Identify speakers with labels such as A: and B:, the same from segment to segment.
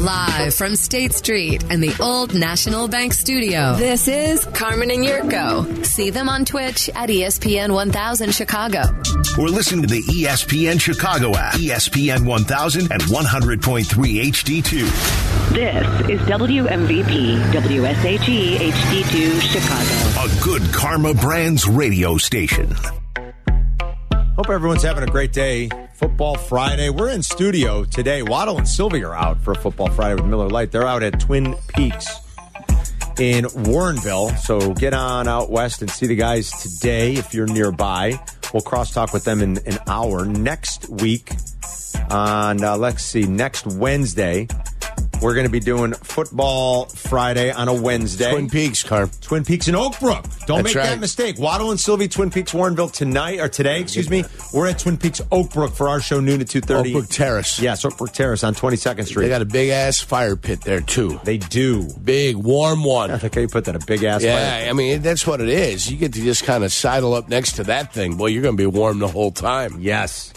A: Live from State Street and the Old National Bank Studio. This is Carmen and Yurko. See them on Twitch at E ESPN 1000 Chicago.
B: Or listen to the E ESPN Chicago app, E ESPN 1000 and 100.3 HD2.
C: This is WMVP WSHE HD2 Chicago.
B: A good Karma Brands radio station.
D: Hope everyone's having a great day. Football Friday. We're in studio today. Waddle and Sylvie are out for Football Friday with Miller Lite. They're out at Twin Peaks in Warrenville. So get on out west and see the guys today if you're nearby. We'll crosstalk with them in an hour next week. On uh, let's see, next Wednesday, we're going to be doing Football Friday on a Wednesday.
E: Twin Peaks, Carm.
D: Twin Peaks in Oakbrook. Don't
E: That's
D: make that
E: right.
D: mistake. Waddle and Sylvie, Twin Peaks, Warrenville tonight or today, excuse me. We're at Twin Peaks Oakbrook for our show noon at two thirty.
E: Oakbrook Terrace.
D: yes, Oakbrook Terrace on Twenty Second Street.
E: They got a big ass fire pit there too.
D: They do.
E: Big warm
D: I
E: one.
D: think they put that a big ass.
E: Yeah, I mean that's what it is. You get to just kind of sidle up next to that thing. Boy, you're going to be warm the whole time.
D: Yes.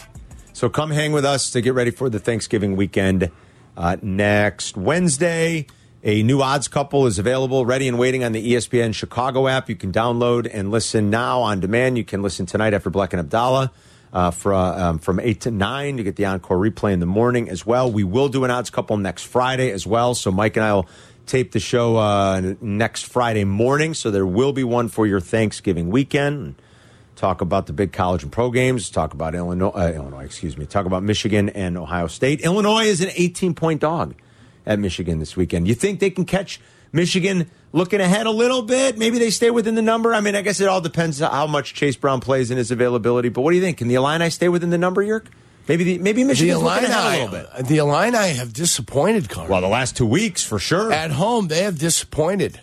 D: So come hang with us to get ready for the Thanksgiving weekend uh, next Wednesday. A new odds couple is available, ready and waiting on the E ESPN Chicago app. You can download and listen now on demand. You can listen tonight after Black and Abdallah uh, fro- um, from 8 to 9. You get the encore replay in the morning as well. We will do an odds couple next Friday as well. So Mike and I will tape the show uh, next Friday morning. So there will be one for your Thanksgiving weekend talk about the big college and pro games, talk about Illinois, uh, Illinois, excuse me, talk about Michigan and Ohio State. Illinois is an 18 point dog at Michigan this weekend. You think they can catch Michigan looking ahead a little bit? Maybe they stay within the number. I mean, I guess it all depends on how much Chase Brown plays and his availability. But what do you think? Can the Illini stay within the number, Yerk? Maybe the, maybe
E: The
D: Michigan's looking
E: Illini,
D: ahead a little bit.
E: the Illini have disappointed, Carm.
D: Well, the last two weeks for sure.
E: At home, they have disappointed.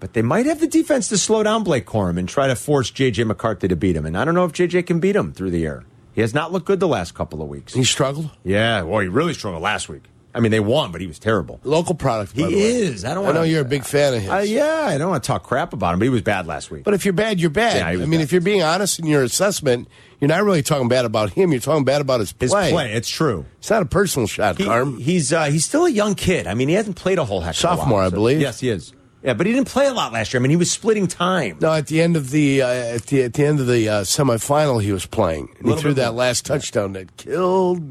D: But they might have the defense to slow down Blake Corum and try to force J.J. McCarthy to beat him. And I don't know if J.J. can beat him through the air. He has not looked good the last couple of weeks.
E: He struggled.
D: Yeah, well, he really struggled last week. I mean, they won, but he was terrible.
E: Local product. By
D: He
E: the way.
D: is. I don't
E: I know
D: wanna-
E: you're a big fan of his.
D: Uh, yeah, I don't want to talk crap about him, but he was bad last week.
E: But if you're bad, you're bad.
D: Yeah,
E: I
D: he was
E: mean,
D: bad.
E: if you're being honest in your assessment, you're not really talking bad about him. You're talking bad about his
D: his
E: play.
D: play, it's true.
E: It's not a personal shot,
D: He-
E: Carm.
D: he's uh, he's still a young kid. I mean, he hasn't played a whole heck of a lot,
E: Sophomore, I believe.
D: Yes, he is. Yeah, but he didn't play a lot last year. I mean, he was splitting time.
E: No, at the end of the uh, at the at the end of the uh, semifinal, he was playing. And he
D: Little
E: threw
D: bit
E: that
D: more.
E: last touchdown that killed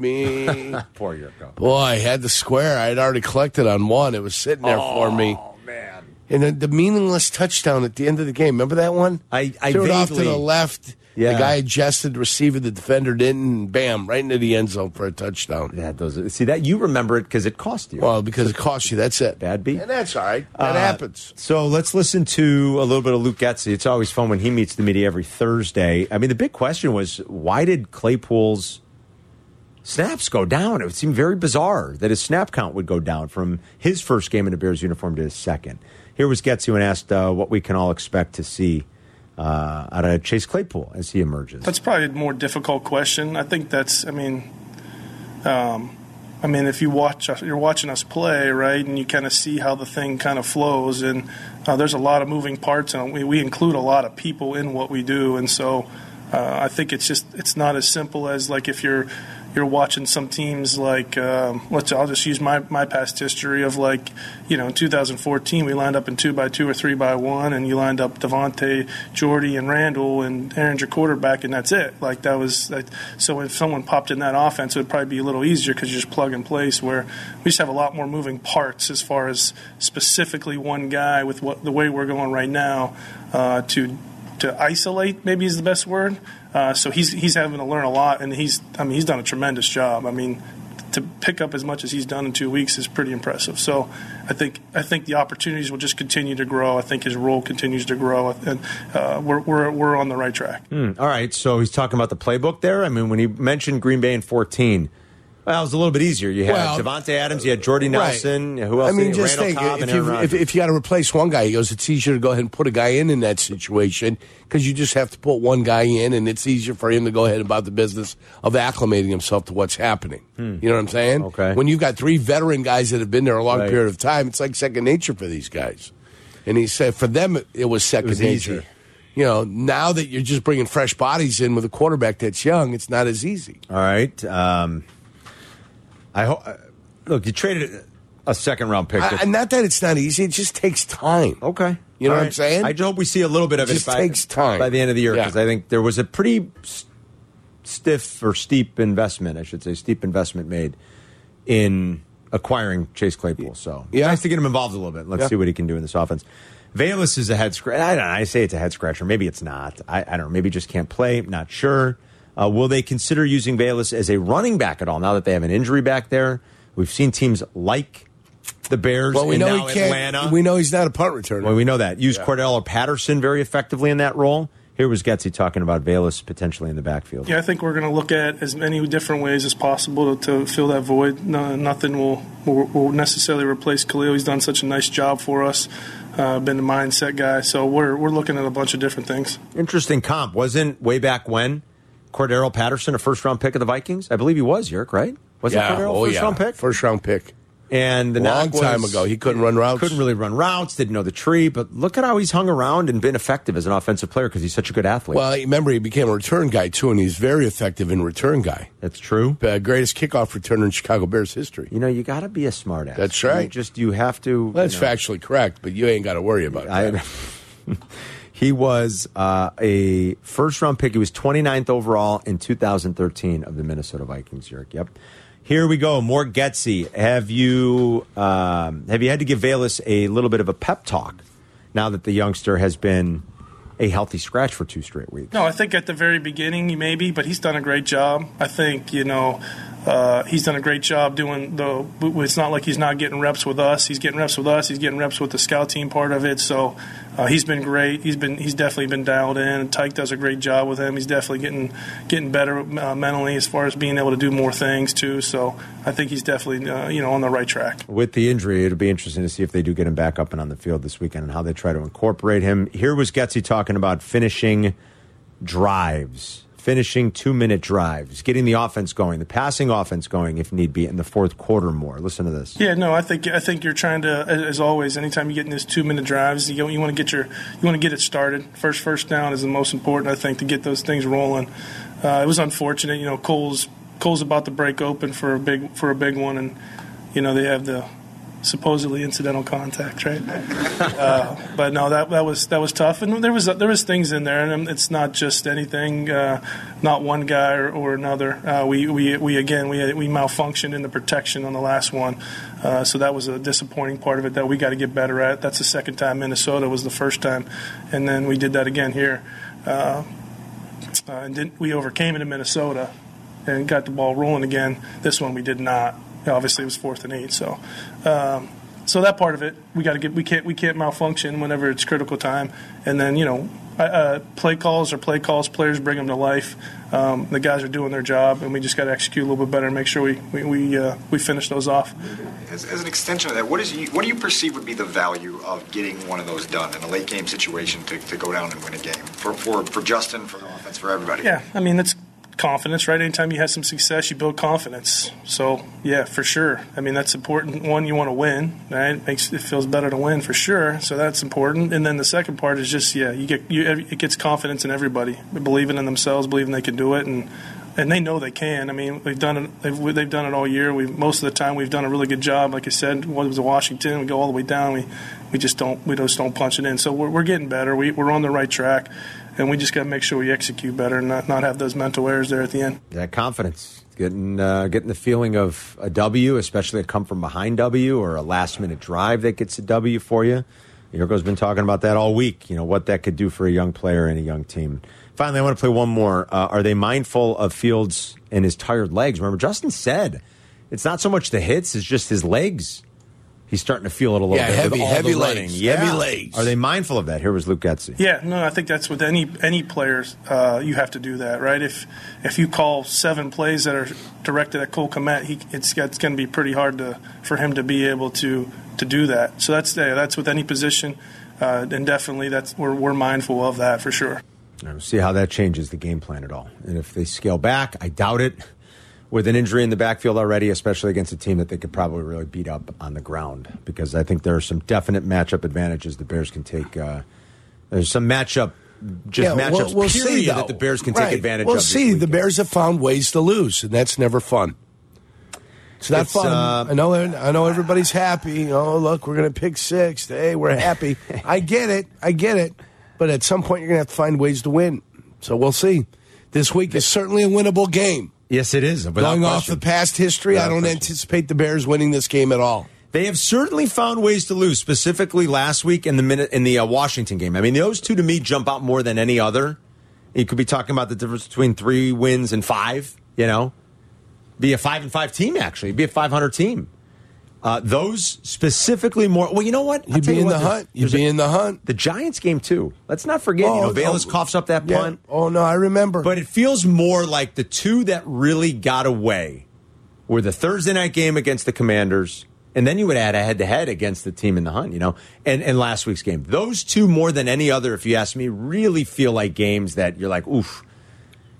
E: me.
D: Poor Yurko.
E: Boy, I had the square. I had already collected on one. It was sitting there for me.
D: Oh man.
E: And then the meaningless touchdown at the end of the game. Remember that one?
D: I- I
E: threw it off to
D: vaguely-
E: the left.
D: Yeah.
E: The guy adjusted, receiver, the defender didn't, and bam, right into the end zone for a touchdown.
D: Yeah, those. See that you remember it because it cost you.
E: Well, because it costs you. That's it.
D: Bad beat.
E: And that's all right. That
D: Uh,
E: happens.
D: So let's listen to a little bit of Luke Getzey. It's always fun when he meets the media every Thursday. I mean, the big question was why did Claypool's snaps go down? It seemed very bizarre that his snap count would go down from his first game in a Bears uniform to his second. Here was Getzey when asked uh, what we can all expect to see uh, out of Chase Claypool as he emerges.
F: That's probably a more difficult question. I think that's. I mean, um, I mean, if you watch, us- you're watching us play, right, and you kind of see how the thing kind of flows, and uh, there's a lot of moving parts, and we, we include a lot of people in what we do, and so uh, I think it's just it's not as simple as like if you're you're watching some teams like um, let's I'll just use my, my past history of like you know in 2014 we lined up in two by two or three by one and you lined up Devonte, Jordy and Randall and Aaron's your quarterback and that's it like that was like, so if someone popped in that offense it would probably be a little easier because you just plug and place where we just have a lot more moving parts as far as specifically one guy with what the way we're going right now uh, to to isolate maybe is the best word. Uh, so he's he's having to learn a lot, and he's I mean he's done a tremendous job. I mean to pick up as much as he's done in two weeks is pretty impressive. So I think I think the opportunities will just continue to grow. I think his role continues to grow, and uh, we're, we're we're on the right track.
D: All right, so he's talking about the playbook there. I mean, when he mentioned Green Bay in 14, well, it was a little bit easier. You had
E: Well,
D: Devontae Adams, you had Jordy Nelson,
E: Right.
D: who else?
E: I mean,
D: did you-
E: just
D: Randall
E: think
D: Cobb and
E: if,
D: Aaron
E: you if,
D: Rodgers.
E: if you got to replace one guy, he goes, it's easier to go ahead and put a guy in in that situation because you just have to put one guy in, and it's easier for him to go ahead about the business of acclimating himself to what's happening. You know what I'm saying?
D: Hmm. Okay.
E: When you've got three veteran guys that have been there a long
D: Right.
E: period of time, it's like second nature for these guys. And he said for them it- it was second
D: was
E: nature.
D: easy.
E: You know, now that you're just bringing fresh bodies in with a quarterback that's young, it's not as easy.
D: All right. Um, I hope. Look, uh, you traded a second round pick.
E: I, not that it's not easy. It just takes time.
D: Okay.
E: You know
D: All
E: what I'm saying?
D: I hope we see a little bit of it.
E: Just
D: by-
E: takes time.
D: By the end of the year,
E: Yeah.
D: because I think there was a pretty s- stiff or steep investment, I should say, steep investment made in acquiring Chase Claypool. So it's
E: Yeah.
D: nice to get him involved a little bit. Let's
E: Yeah.
D: see what he can do in this offense. Valus is a head scratch. I don't know. I say it's a head scratcher. Maybe it's not. I, I don't know. Maybe he just can't play. Not sure. Uh, will they consider using Valus as a running back at all now that they have an injury back there? We've seen teams like the Bears
E: Well, we
D: and
E: know
D: now
E: he can't.
D: Atlanta.
E: We know he's not a punt returner.
D: Well, we know that. Use Cordell or Patterson very effectively in that role. Here was Getzey talking about Valus potentially in the backfield.
F: Yeah, I think we're going to look at as many different ways as possible to, to fill that void. No, nothing will, will will necessarily replace Khalil. He's done such a nice job for us. Uh, been a mindset guy, so we're we're looking at a bunch of different things.
D: Interesting comp. Wasn't way back when Cordero Patterson a first round pick of the Vikings? I believe he was, Yerk, right? Wasn't
E: yeah.
D: Cordero
E: Oh,
D: first
E: yeah.
D: round pick?
E: First round pick.
D: And the
E: Long
D: knock was-
E: time ago. He couldn't run routes.
D: Couldn't really run routes, didn't know the tree, but look at how he's hung around and been effective as an offensive player because he's such a good athlete.
E: Well, remember he became a return guy too, and he's very effective in return guy.
D: That's true.
E: Uh, greatest kickoff returner in Chicago Bears history.
D: You know, you got to be a smartass.
E: That's
D: You
E: right.
D: just you have to.
E: Well, that's
D: you know,
E: factually correct, but you ain't got to worry about it.
D: I, he was uh, a first round pick. He was 29th overall in 2013 of the Minnesota Vikings. Yerk. Yep. Here we go. More Getzey. Have you um, have you had to give Valus a little bit of a pep talk now that the youngster has been a healthy scratch for two straight weeks?
F: No, I think at the very beginning, maybe, but he's done a great job. I think you know uh, he's done a great job doing the. It's not like he's not getting reps with us. He's getting reps with us. He's getting reps with the scout team part of it. So uh, he's been great. He's been he's definitely been dialed in. Tyke does a great job with him. He's definitely getting getting better uh, mentally as far as being able to do more things too. So I think he's definitely uh, you know on the right track.
D: With the injury, it'll be interesting to see if they do get him back up and on the field this weekend and how they try to incorporate him. Here was Getzey talking about finishing drives, finishing two minute drives, getting the offense going, the passing offense going if need be in the fourth quarter more. Listen to this.
F: Yeah, no, I think I think you're trying to, as as always, anytime you get in these two minute drives, you, you want to get your you want to get it started. First first down is the most important, I think, to get those things rolling. Uh, it was unfortunate, you know. Cole's Cole's about to break open for a big for a big one, and you know they have the supposedly incidental contact, right? but no, that that was that was tough, and there was there was things in there, and um, it's not just anything, uh, not one guy or, or another. Uh, we, we we again we we malfunctioned in the protection on the last one, uh, so that was a disappointing part of it that we got to get better at. That's the second time Minnesota was the first time, and then we did that again here, uh, uh, and didn't, we overcame it in Minnesota, and got the ball rolling again. This one we did not. Obviously, it was fourth and eight, so. Um, so that part of it, we got to get. We can't. We can't malfunction whenever it's critical time. And then you know, uh, uh, play calls or play calls. Players bring them to life. Um, the guys are doing their job, and we just got to execute a little bit better and make sure we we we, uh, we finish those off.
G: As, as an extension of that, what is you, what do you perceive would be the value of getting one of those done in a late game situation to, to go down and win a game for, for for Justin, for the offense, for everybody?
F: Yeah, I mean that's confidence, right? Anytime you have some success, you build confidence. So yeah, for sure. I mean that's important. One, you want to win, right? It makes it feels better to win for sure. So that's important. And then the second part is just yeah, you get you it gets confidence in everybody, believing in themselves, believing they can do it, and and they know they can. I mean, they've done it. They've, they've done it all year. We most of the time we've done a really good job. Like I said, what was it, Washington? We go all the way down. We we just don't we just don't punch it in. So we're, we're getting better. We, we're on the right track, and we just got to make sure we execute better and not, not have those mental errors there at the end.
D: That confidence, getting uh, getting the feeling of a W, especially a come from behind W or a last minute drive that gets a W for you. Yurko's been talking about that all week. You know what that could do for a young player and a young team. Finally, I want to play one more. Uh, are they mindful of Fields and his tired legs? Remember, Justin said it's not so much the hits; it's just his legs. He's starting to feel it a little
E: Yeah,
D: bit. with
E: heavy-
D: all the
E: heavy
D: running.
E: legs.
D: Yeah.
E: Heavy legs.
D: Are they mindful of that? Here was Luke Getzey.
F: Yeah, no, I think that's with any any players. Uh, you have to do that, right? If if you call seven plays that are directed at Cole Komet, he it's got- it's going to be pretty hard to for him to be able to to do that. So that's yeah, that's with any position, uh, and definitely that's we're we're mindful of that for sure.
D: And we'll see how that changes the game plan at all. And if they scale back, I doubt it. With an injury in the backfield already, especially against a team that they could probably really beat up on the ground, because I think there are some definite matchup advantages the Bears can take. Uh, there's some matchup, just
E: Yeah,
D: matchups period
E: though.
D: that the Bears can
E: Right.
D: take advantage
E: We'll
D: of. this
E: see. The
D: weekend.
E: Bears have found ways to lose, and that's never fun. It's not
D: It's,
E: fun.
D: uh,
E: I know. I know everybody's happy. Oh, look, we're gonna pick six. Hey, we're happy. I get it. I get it. But at some point, you're gonna have to find ways to win. So we'll see. This week is certainly a winnable game.
D: Yes, it is. without
E: Going off
D: question.
E: the past history,
D: Without
E: I don't
D: question.
E: anticipate the Bears winning this game at all.
D: They have certainly found ways to lose, specifically last week in the minute in the uh, Washington game. I mean, those two to me jump out more than any other. You could be talking about the difference between three wins and five. You know, be a five and five team actually, be a five hundred team. Uh, those specifically more. Well, you know what? I'll
E: You'd
D: tell
E: be
D: you
E: in
D: what,
E: the
D: there's-
E: hunt. You'd
D: there's
E: be
D: a-
E: in the hunt.
D: the Giants game too. Let's not forget. you know, Bayless
E: oh,
D: coughs up that
E: yeah.
D: punt.
E: Oh no, I remember.
D: But it feels more like the two that really got away were the Thursday night game against the Commanders, and then you would add a head to head against the team in the hunt, you know, and, and last week's game. Those two, more than any other, if you ask me, really feel like games that you're like, oof,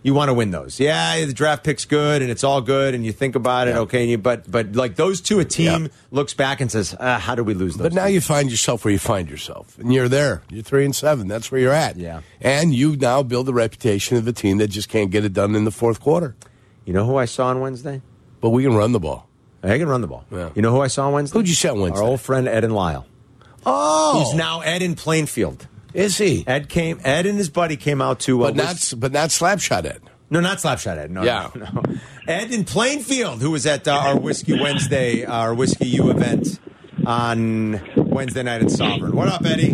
D: you want to win those. Yeah, the draft pick's good and it's all good, and you think about it, okay, and you, but but like those two, a team
E: Yeah.
D: looks back and says, ah, how did we lose those?
E: But now
D: two?"
E: you find yourself where you find yourself, and you're there. You're three and seven. That's where you're at.
D: Yeah.
E: And you now build the reputation of a team that just can't get it done in the fourth quarter.
D: you know who I saw on Wednesday?
E: But we can run the ball.
D: I can run the ball.
E: Yeah.
D: You know who I saw on Wednesday?
E: Who'd you see on Wednesday?
D: Our old friend Ed and Lyle.
E: Oh,
D: Who's now Ed in Plainfield.
E: is he?
D: Ed came. Ed and his buddy came out to. Uh,
E: But not, but not slapshot it.
D: no, not Slapshot Ed. No,
E: Yeah.
D: no, no. Ed in Plainfield, who was at uh, our Whiskey Wednesday, uh, our Whiskey U event on Wednesday night at Sovereign. What up, Eddie?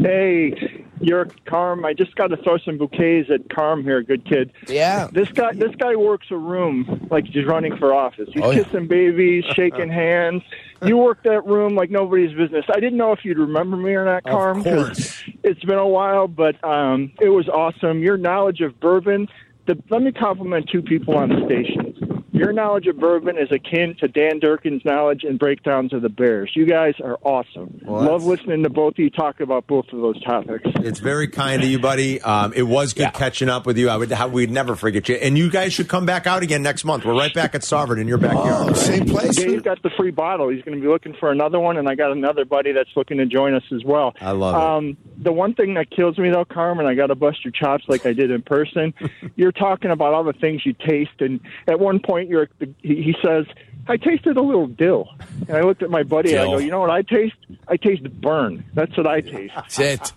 H: Hey, you're Carm. I just got to throw some bouquets at Carm here. Good kid.
E: Yeah.
H: This guy, this guy works a room like he's running for office. He's
E: Oh, yeah.
H: kissing babies, shaking hands. You work that room like nobody's business. I didn't know if you'd remember me or not, Carm.
D: of
H: 'cause
D: course.
H: It's been a while, but um, it was awesome. Your knowledge of bourbon. The, let me compliment two people on the station. Your knowledge of bourbon is akin to Dan Durkin's knowledge and breakdowns of the Bears. You guys are awesome.
D: Well,
H: Love
D: that's-
H: listening to both of you talk about both of those topics.
D: It's very kind of you, buddy. Um, it was good catching up with you. I would. We'd never forget you. And you guys should come back out again next month. We're right back at Sovereign in your backyard.
E: Oh, same place.
H: Dave got the free bottle. He's going to be looking for another one, and I got another buddy that's looking to join us as well.
D: I love it.
H: um, The one thing that kills me, though, Carmen, I got to bust your chops like I did in person. you're talking about all the things you taste, and at one point, you're he, he says, "I tasted a little dill," and I looked at my buddy. and I go,
E: Dill.
H: "You know what I taste? I taste burn. That's what I taste."
E: That's it.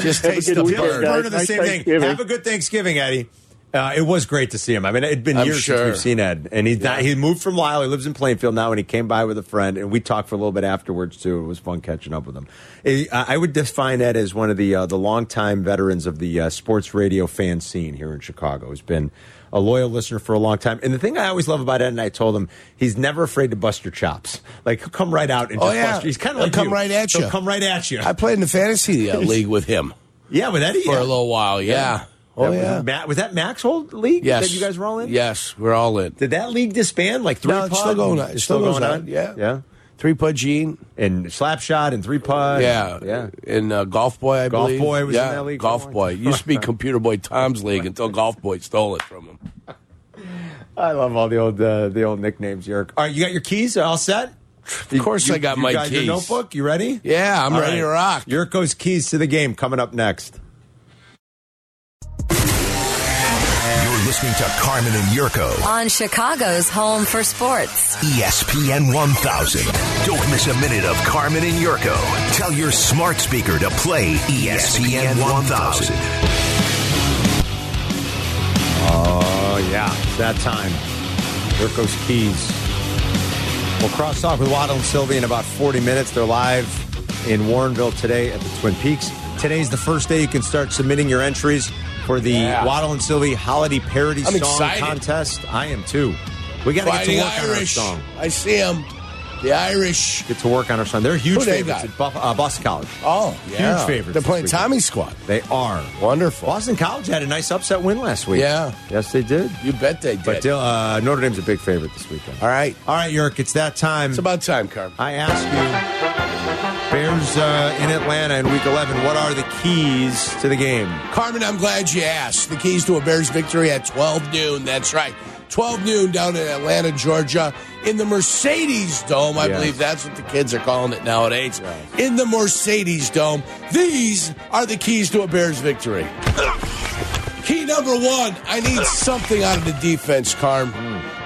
E: Just
H: Have a
E: taste
H: good
E: the
H: weekend,
E: bird.
H: guys.
D: Bird of the
H: Nice
D: same thing.
H: Thanksgiving.
D: Have a good Thanksgiving, Eddie. Uh, it was great to see him. I mean, it'd been
E: I'm
D: years since
E: sure.
D: we've seen Ed, and he's not, he moved from Lyle. He lives in Plainfield now, and he came by with a friend, and we talked for a little bit afterwards too. It was fun catching up with him. Eh, I I would define Ed as one of the uh, the longtime veterans of the uh, sports radio fan scene here in Chicago. He's been a loyal listener for a long time, and the thing I always love about Ed, and I told him, he's never afraid to bust your chops. Like he'll come right out and
E: Oh,
D: just
E: yeah.
D: bust your- He's kind of
E: He'll
D: like
E: come
D: you.
E: right at
D: He'll
E: you.
D: come right at you.
E: I played in the fantasy uh, league with him
D: yeah, with Eddie
E: for
D: yeah.
E: a little while. Yeah.
D: That
E: Oh
D: was,
E: yeah.
D: Ma- was that Maxhold League
E: Yes.
D: that you guys were all in?
E: Yes, we're all in.
D: Did that league disband like three?
E: No, it's
D: Pod?
E: still going on.
D: It's
E: It still goes on, yeah.
D: yeah.
E: Three putt Gene.
D: And Slapshot and three pod.
E: Yeah,
D: yeah.
E: And uh, Golf Boy, I
D: Golf
E: believe.
D: Boy was in
E: yeah,
D: that league for a
E: Golf
D: long
E: Boy
D: time.
E: used to be Computer Boy Tom's league until Golf Boy stole it from him.
D: I love all the old uh, the old nicknames, Yerk. All right, you got your keys all set. Of
E: course I got my
D: Your
E: keys.
D: notebook, you ready?
E: Yeah, I'm
D: All
E: ready to rock.
D: Yurko's keys to the game coming up next.
B: You're listening to Carmen and Yurko, E
A: On Chicago's home for sports.
B: ESPN 1000. Don't miss a minute of Carmen and Yurko. Tell your smart speaker to play E
I: E
B: ESPN 1000.
D: Oh yeah, it's that time. Yurko's keys. We'll cross talk with Waddle and Sylvie in about 40 minutes. They're live in Warrenville today at the Twin Peaks. Today's the first day you can start submitting your entries for the
E: Yeah.
D: Waddle and Sylvie holiday parody
E: I'm
D: song
E: excited.
D: contest. I am too. We got to get to
E: Fighting
D: work on our
E: Irish.
D: song.
E: I see him. The Irish.
D: Get to work on our song. They're huge
E: Who they
D: favorites
E: got?
D: at Buff- uh, Boston College.
E: Oh, yeah.
D: Huge favorites
E: They're playing
D: this weekend.
E: Tommy Squad.
D: They are.
E: Wonderful.
D: Boston College had a nice upset win last week.
E: Yeah.
D: Yes, they did.
E: You bet they did.
D: But still, uh, Notre Dame's a big favorite this weekend.
E: All right.
D: All right, Yerk, it's that time.
E: It's about time, Carmen.
D: I ask you, Bears uh, in Atlanta in Week 11. What are the keys to the game?
E: Carmen, I'm glad you asked. The keys to a Bears victory at 12 noon. That's right. 12 noon down in Atlanta, Georgia, in the Mercedes Dome. I
D: Yes.
E: believe that's what the kids are calling it nowadays. In the Mercedes Dome. These are the keys to a Bears victory. Key number one I need something out of the defense, Carm.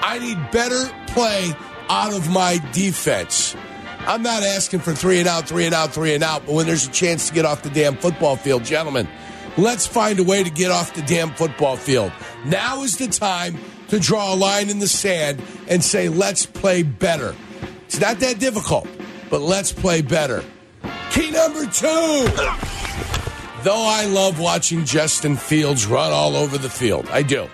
E: I need better play out of my defense. I'm not asking for three and out, three and out, three and out, but when there's a chance to get off the damn football field, gentlemen, let's find a way to get off the damn football field. Now is the time to draw a line in the sand and say, let's play better. It's not that difficult, but let's play better. Key number two. Though I love watching Justin Fields run all over the field, I do.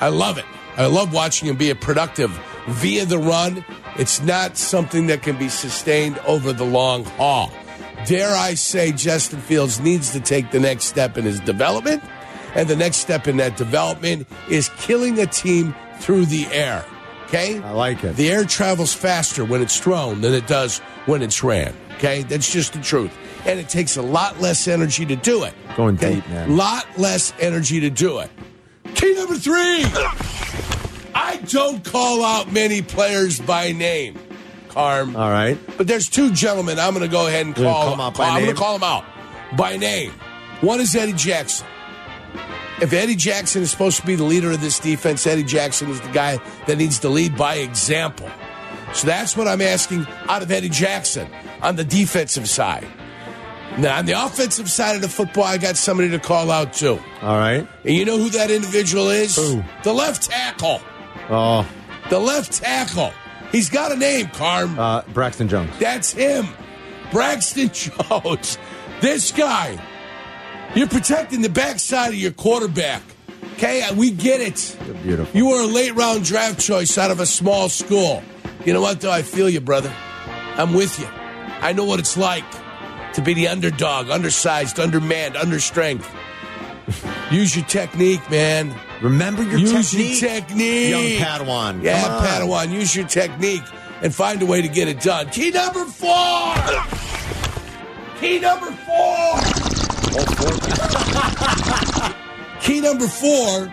E: I love it. I love watching him be a productive via the run. It's not something that can be sustained over the long haul. Dare I say, Justin Fields needs to take the next step in his development, and the next step in that development is killing a team through the air. Okay?
D: I like it.
E: The air travels faster when it's thrown than it does when it's ran. Okay? That's just the truth. And it takes a lot less energy to do it.
D: Going
E: Okay?
D: deep, man.
E: Lot less energy to do it. Key number three. I don't call out many players by name, Carm.
D: All right.
E: But there's two gentlemen I'm going to go ahead and
D: You're gonna
E: call.
D: call 'em out by
E: I'm
D: name?
E: going to call them out by name. One is Eddie Jackson. If Eddie Jackson is supposed to be the leader of this defense, Eddie Jackson is the guy that needs to lead by example. So that's what I'm asking out of Eddie Jackson on the defensive side. Now, on the offensive side of the football, I got somebody to call out too.
D: All right.
E: And you know who that individual is?
D: Who?
E: The left tackle.
D: Oh,
E: The left tackle. He's got a name, Carm.
D: uh, Braxton Jones.
E: That's him, Braxton Jones. This guy, you're protecting the backside of your quarterback. Okay, uh, we get it.
D: You're beautiful.
E: You were a late round draft choice out of a small school. You know what, though? I feel you, brother. I'm with you. I know what it's like to be the underdog, undersized, undermanned, understrength. Use your technique, man.
D: Remember your
E: Use
D: technique,
E: your technique.
D: young Padawan.
E: Yeah,
D: Come on.
E: Padawan, use your technique and find a way to get it done. Key number four. Key number four. Key number four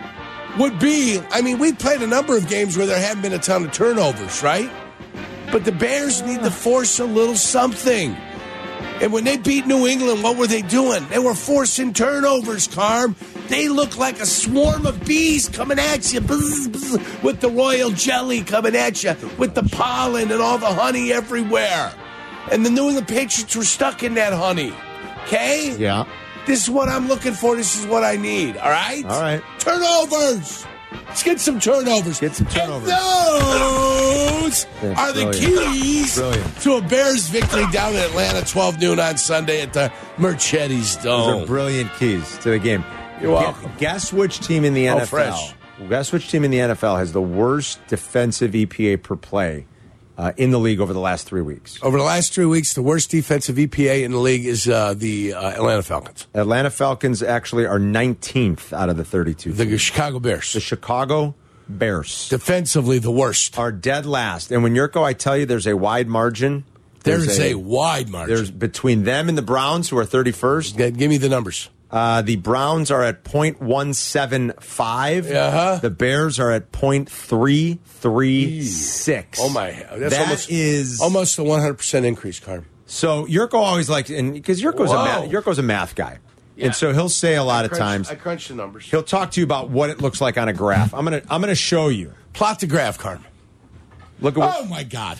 E: would be I mean, we've played a number of games where there haven't been a ton of turnovers, right? But the Bears need to force a little something. And when they beat New England, what were they doing? They were forcing turnovers, Carm. They look like a swarm of bees coming at you bzz, bzz, with the royal jelly coming at you, with the pollen and all the honey everywhere. And the New England Patriots were stuck in that honey. Okay?
D: Yeah.
E: This is what I'm looking for. This is what I need. All right?
D: All right.
E: Turnovers. Let's get some turnovers.
D: Get some turnovers.
E: And those
D: Yeah,
E: are the
D: brilliant.
E: keys
D: Brilliant.
E: to a Bears victory down in Atlanta, 12 noon on Sunday at the Merchetti's
D: Those
E: Dome.
D: are brilliant keys to the game.
E: Oh. You're
D: Gu-
E: welcome.
D: Guess which team in the
E: Oh,
D: NFL?
E: fresh.
D: Guess which team in the NFL has the worst defensive EPA per play uh, in the league over the last three weeks?
E: Over the last three weeks, the worst defensive EPA in the league is uh, the uh, Atlanta Falcons,
D: Atlanta Falcons actually are 19th out of the 32.
E: the Chicago Bears.
D: The Chicago Bears
E: Defensively, the worst.
D: are dead last. And when Yurko, I tell you, there's a wide margin.
E: There is a, wide margin.
D: There's between them and the Browns, who are 31st.
E: Okay, Give me the numbers.
D: Uh, the Browns are at .175.
E: Uh-huh.
D: The Bears are at .336.
E: Oh, my. That's
D: That
E: almost,
D: is-
E: almost a 100% increase, Carm.
D: So Yurko always likes, and because Yurko's a
E: Whoa.
D: math, Yurko's a math guy, and so he'll say a lot of times
E: I crunched the numbers.
D: he'll talk to you about what it looks like on a graph. I'm gonna I'm gonna show you.
E: Plot the graph, Carm.
D: Look at what,
E: Oh my God!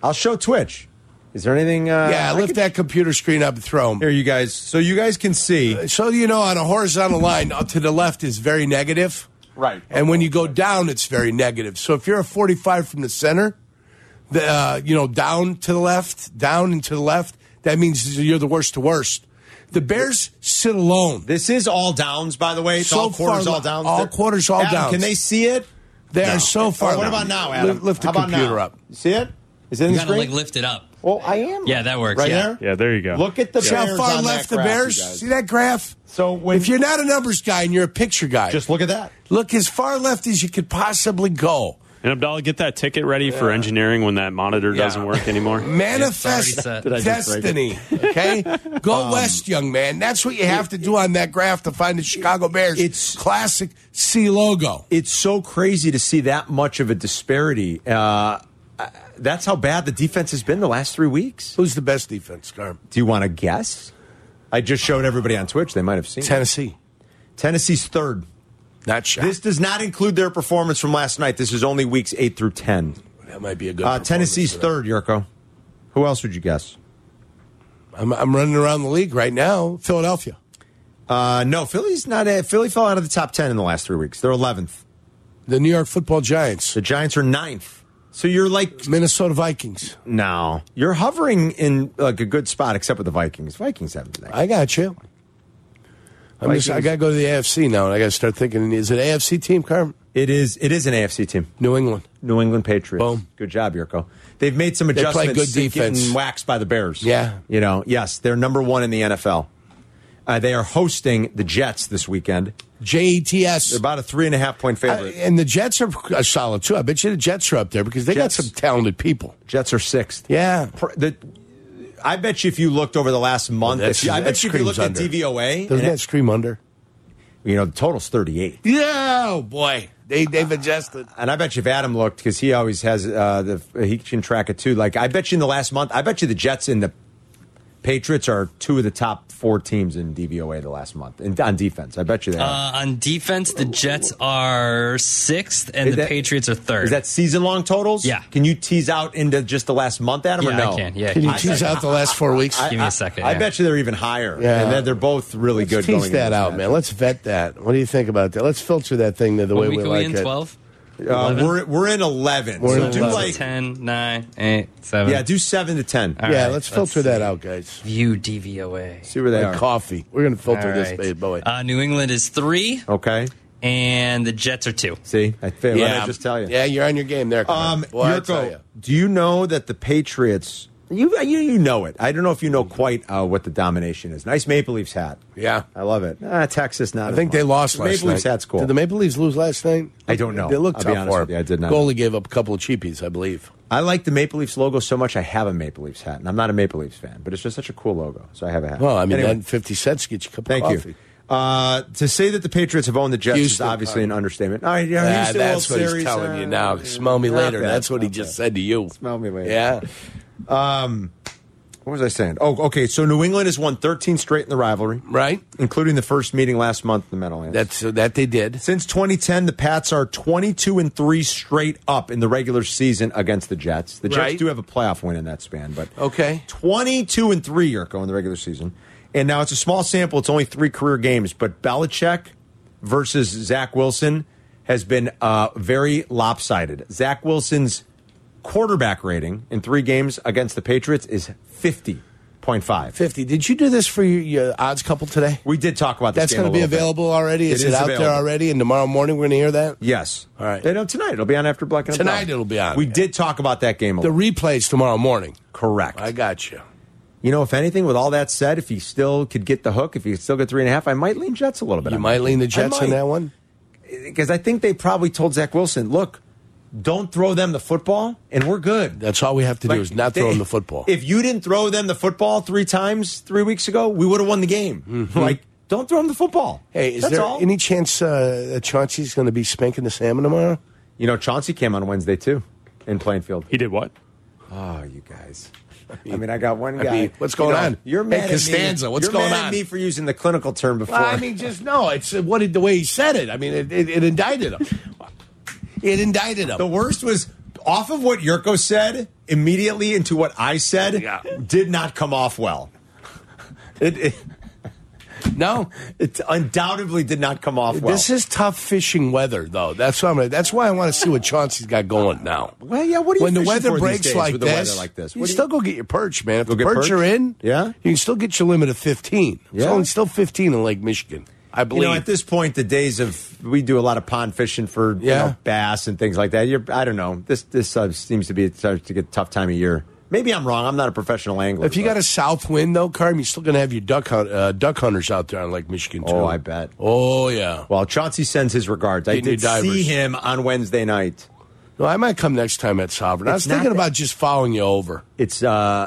D: I'll show Twitch. Is there anything? Uh,
E: Yeah,
D: I
E: lift
D: can-
E: that computer screen up and throw them.
D: here, you guys. So you guys can see.
E: So you know, on a horizontal line, up to the left is very negative.
D: Right.
E: And when you go down, it's very negative. So if you're a 45 from the center, the, uh, you know, down to the left, down and to the left, that means you're the worst to worst. The Bears sit alone.
D: This is all downs, by the way. It's
E: So
D: all quarters,
E: far-
D: all downs.
E: all
D: They're-
E: quarters, all
D: Adam,
E: downs.
D: Can they see it?
E: They
D: No.
E: are so far.
D: Oh, what
E: down.
D: about now,
E: Li-
D: Adam?
E: Lift, the
D: How about
E: computer
D: now?
E: up.
D: You see it? Is it in
J: You
D: the
J: gotta
D: screen?
J: like lift it up.
D: well, I am.
J: Yeah, that works,
D: Right
J: yeah.
D: there.
I: Yeah, there you go.
D: Look at the
E: See how
D: Bears
E: far
D: on that
E: left the
D: graph, you
E: Bears?
D: guys.
E: See that graph?
D: So when-
E: if you're not a numbers guy and you're a picture guy,
D: Just look at that.
E: look as far left as you could possibly go.
I: And Abdallah, get that ticket ready for engineering when that monitor
J: Yeah.
I: doesn't work anymore.
E: Manifest
J: It's already set.
I: Did I just break
E: destiny. Okay, go west, young man. That's what you have to do on that graph to find the Chicago Bears.
D: It's-
E: classic C logo.
D: it's so crazy to see that much of a disparity. Uh, that's how bad the defense has been the last three weeks.
E: Who's the best defense, Carm?
D: Do you want to guess? I just showed everybody on Twitch. They might have seen it.
E: Tennessee.
D: Tennessee's third.
E: Not shot.
D: This does not include their performance from last night. This is only weeks eight through ten.
E: that might be a good.
D: Uh,
E: performance
D: Tennessee's
E: for them.
D: third, Yurko. Who else would you guess?
E: I'm, I'm running around the league right now. Philadelphia.
D: Uh, no, Philly's not. A, Philly fell out of the top ten in the last three weeks. They're eleventh.
E: The New York Football Giants.
D: The Giants are ninth. So you're like
E: Minnesota Vikings.
D: no, you're hovering in like a good spot, except with the Vikings. Vikings haven't been.
E: I got you. I'm just, I
D: Vikings.
E: got to go to the AFC now, and I got to start thinking. Is it AFC team, Carmen?
D: It is. It is an AFC team.
E: New England.
D: New England Patriots.
E: Boom.
D: Good job, Yurko. They've made some
E: play
D: adjustments.
E: good
D: to getting
E: defense.
D: waxed by the Bears.
E: Yeah.
D: You know, yes, they're number one in the NFL. Uh, they are hosting the Jets this weekend.
E: JETS.
D: They're about a three and a half point favorite.
E: Uh, and the Jets are uh, solid too. I bet you the Jets are up there because they
D: Jets.
E: got some talented people.
D: Jets are sixth.
E: Yeah.
D: Pr- The, I bet you if you looked over the last month,
E: That's-
D: if you, I
E: that
D: bet you if you looked
E: screams under.
D: at DVOA,
E: Doesn't
D: and
E: that scream under?
D: it- you know, the total's 38.
E: Yeah, oh boy. They, they've adjusted.
D: And I bet you if Adam looked, because he always has uh, the he can track it too. Like I bet you in the last month, I bet you the Jets and the Patriots are two of the top four teams in DVOA the last month and on defense. I bet you that.
J: Uh, on defense, the Jets are sixth, and
D: Is
J: the
D: that-
J: Patriots are third.
D: Is that season long totals?
J: Uh, Yeah.
D: Can you tease out into just the last month, Adam?
J: yeah,
D: or no?
J: I can. Yeah,
E: Can you
J: I-
E: tease out the last four weeks?
J: give me a second.
D: I
J: yeah.
D: bet you they're even higher.
E: Yeah.
D: And they're, they're both really
E: Let's
D: good.
E: tease
D: going into
E: that
D: this
E: out,
D: match.
E: man. Let's vet that. What do you think about that? Let's filter that thing the, the
J: What
E: way
J: week
E: we
J: are
E: like
J: we in?
E: it.
J: 12?
D: Uh, we're we're in 11
E: We're
D: so
E: in
D: do
E: 11.
D: like
J: 10, 9, 8, 7.
D: yeah, do seven to ten.
J: All right,
E: yeah, let's
J: let's
E: filter that out, guys.
J: View DVOA.
D: See where they
E: Like
D: are.
E: coffee. We're gonna filter
J: All
E: this
J: right.
E: bad boy.
J: Uh, New England is three,
D: Okay.
J: and the Jets are two.
D: See, I failed. What did I just tell you.
E: Yeah, you're on your game there.
D: Um,
E: Carmen. Boy, I tell
D: Yurko,
E: ya.
D: do you know that the Patriots? You, you you know it. I don't know if you know quite uh, what the domination is. Nice Maple Leafs hat.
E: Yeah.
D: I love it. Ah, Texas, not.
E: I think they lost
D: Maple
E: last night.
D: Leafs hat's cool.
E: Did the Maple Leafs lose last night?
D: I don't know.
E: They looked
D: I'll
E: tough
D: be honest
E: for
D: with
E: them.
D: you, I did not.
E: Goalie gave up a couple of cheapies, I believe.
D: I like the Maple Leafs logo so much. I have a Maple Leafs hat, and I'm not a Maple Leafs fan, but it's just such a cool logo, so I have a hat.
E: Well, I mean,
D: Anyway,
E: that fifty cents gets you a cup
D: thank
E: of coffee.
D: you. Uh, to say that the Patriots have owned the Jets
E: Houston,
D: is obviously
E: huh?
D: an understatement. All right, yeah,
E: Ah,
D: Houston
E: that's
D: World
E: what
D: Series,
E: he's telling
D: uh,
E: you now. Smell me
D: not
E: later.
D: bad,
E: that's what he
D: not
E: just
D: bad.
E: said to you.
D: Smell me later.
E: Yeah.
D: What was I saying? Oh, okay. So New England has won 13 straight in the rivalry,
E: Right.
D: including the first meeting last month in the Meadowlands.
E: That's uh, that they did.
D: Since 2010, the Pats are 22 and 3 straight up in the regular season against the Jets. The Jets
E: Right.
D: do have a playoff win in that span, but
E: Okay.
D: 22 and 3 Yurko in the regular season. And now it's a small sample, it's only 3 career games, but Belichick versus Zach Wilson has been uh, very lopsided. Zach Wilson's quarterback rating in 3 games against the Patriots is 50.5.
E: Fifty. Did you do this for your, your odds couple today?
D: We did talk about this
E: That's
D: going to
E: be available already. Is
D: It
E: it,
D: is
E: out there
D: available.
E: already? And tomorrow morning we're going to hear that.
D: Yes.
E: All right.
D: They know tonight. It'll be on after Black and
E: Tonight
D: Abdallah.
E: it'll be on.
D: We did talk about that game a
E: The
D: little.
E: replays tomorrow morning.
D: Correct.
E: I got you.
D: you know, if anything, with all that said, if he still could get the hook, if he could still get three and a half, I might lean Jets a little bit.
E: You might lean the Jets on that one.
D: because I think they probably told Zach Wilson, "Look, don't throw them the football, and we're good."
E: That's all we have to
D: Like,
E: do is not
D: they-
E: throw him the football.
D: If you didn't throw them the football three times three weeks ago, we would have won the game. Like, don't throw them the football.
E: Mm-hmm. hey, is
D: That's
E: there
D: all.
E: any chance uh, that Chauncey's going to be spanking the salmon tomorrow?
D: You know, Chauncey came on Wednesday too in Plainfield.
I: He did what?
D: Oh, you guys. I mean, I got one
E: I
D: guy.
E: mean, what's
D: you
E: going
D: know,
E: on?
D: You're mad
E: Hey,
D: at
E: Costanza,
D: me.
E: what's
D: you're
E: going
D: mad At
E: on?
D: me for using the clinical term before.
E: Well, I mean, just no. It's uh, what it- the way he said it. I mean, it, it, it indicted him. It indicted him.
D: the worst was off of what Yurko said immediately into what I said.
E: Yeah.
D: Did not come off well. It, it
E: no,
D: it undoubtedly did not come off well.
E: this is tough fishing weather, though. That's what I'm. That's why I want to see what Chauncey's got going now.
D: well, yeah. What do you
E: When the
D: fishing for
E: weather
D: these
E: breaks
D: days
E: like
D: with
E: this,
D: the weather like this?
E: you
D: What do
E: still go get your perch, man. If
D: Go
E: the
D: get
E: perch,
D: perch?
E: are in,
D: Yeah.
E: you can still get your limit of fifteen. It's
D: Yeah.
E: only still fifteen in Lake Michigan, I
D: You
E: believe.
D: know, at this point, the days of we do a lot of pond fishing for you
E: Yeah.
D: know, bass and things like that. You're, I don't know. This this uh, seems to be it starts to get a tough time of year. Maybe I'm wrong. I'm not a professional angler.
E: if you
D: but-
E: got a south wind though, Carm, you're still going to have your duck hunt, uh, duck hunters out there on Lake Michigan. Too.
D: Oh, I bet.
E: Oh yeah.
D: Well, Chauncey sends his regards. I
E: Getting your
D: did see
E: divers.
D: him on Wednesday night.
E: No, I might come next time at Sovereign. I
D: It's
E: was thinking
D: not-
E: about just following you over.
D: It's uh,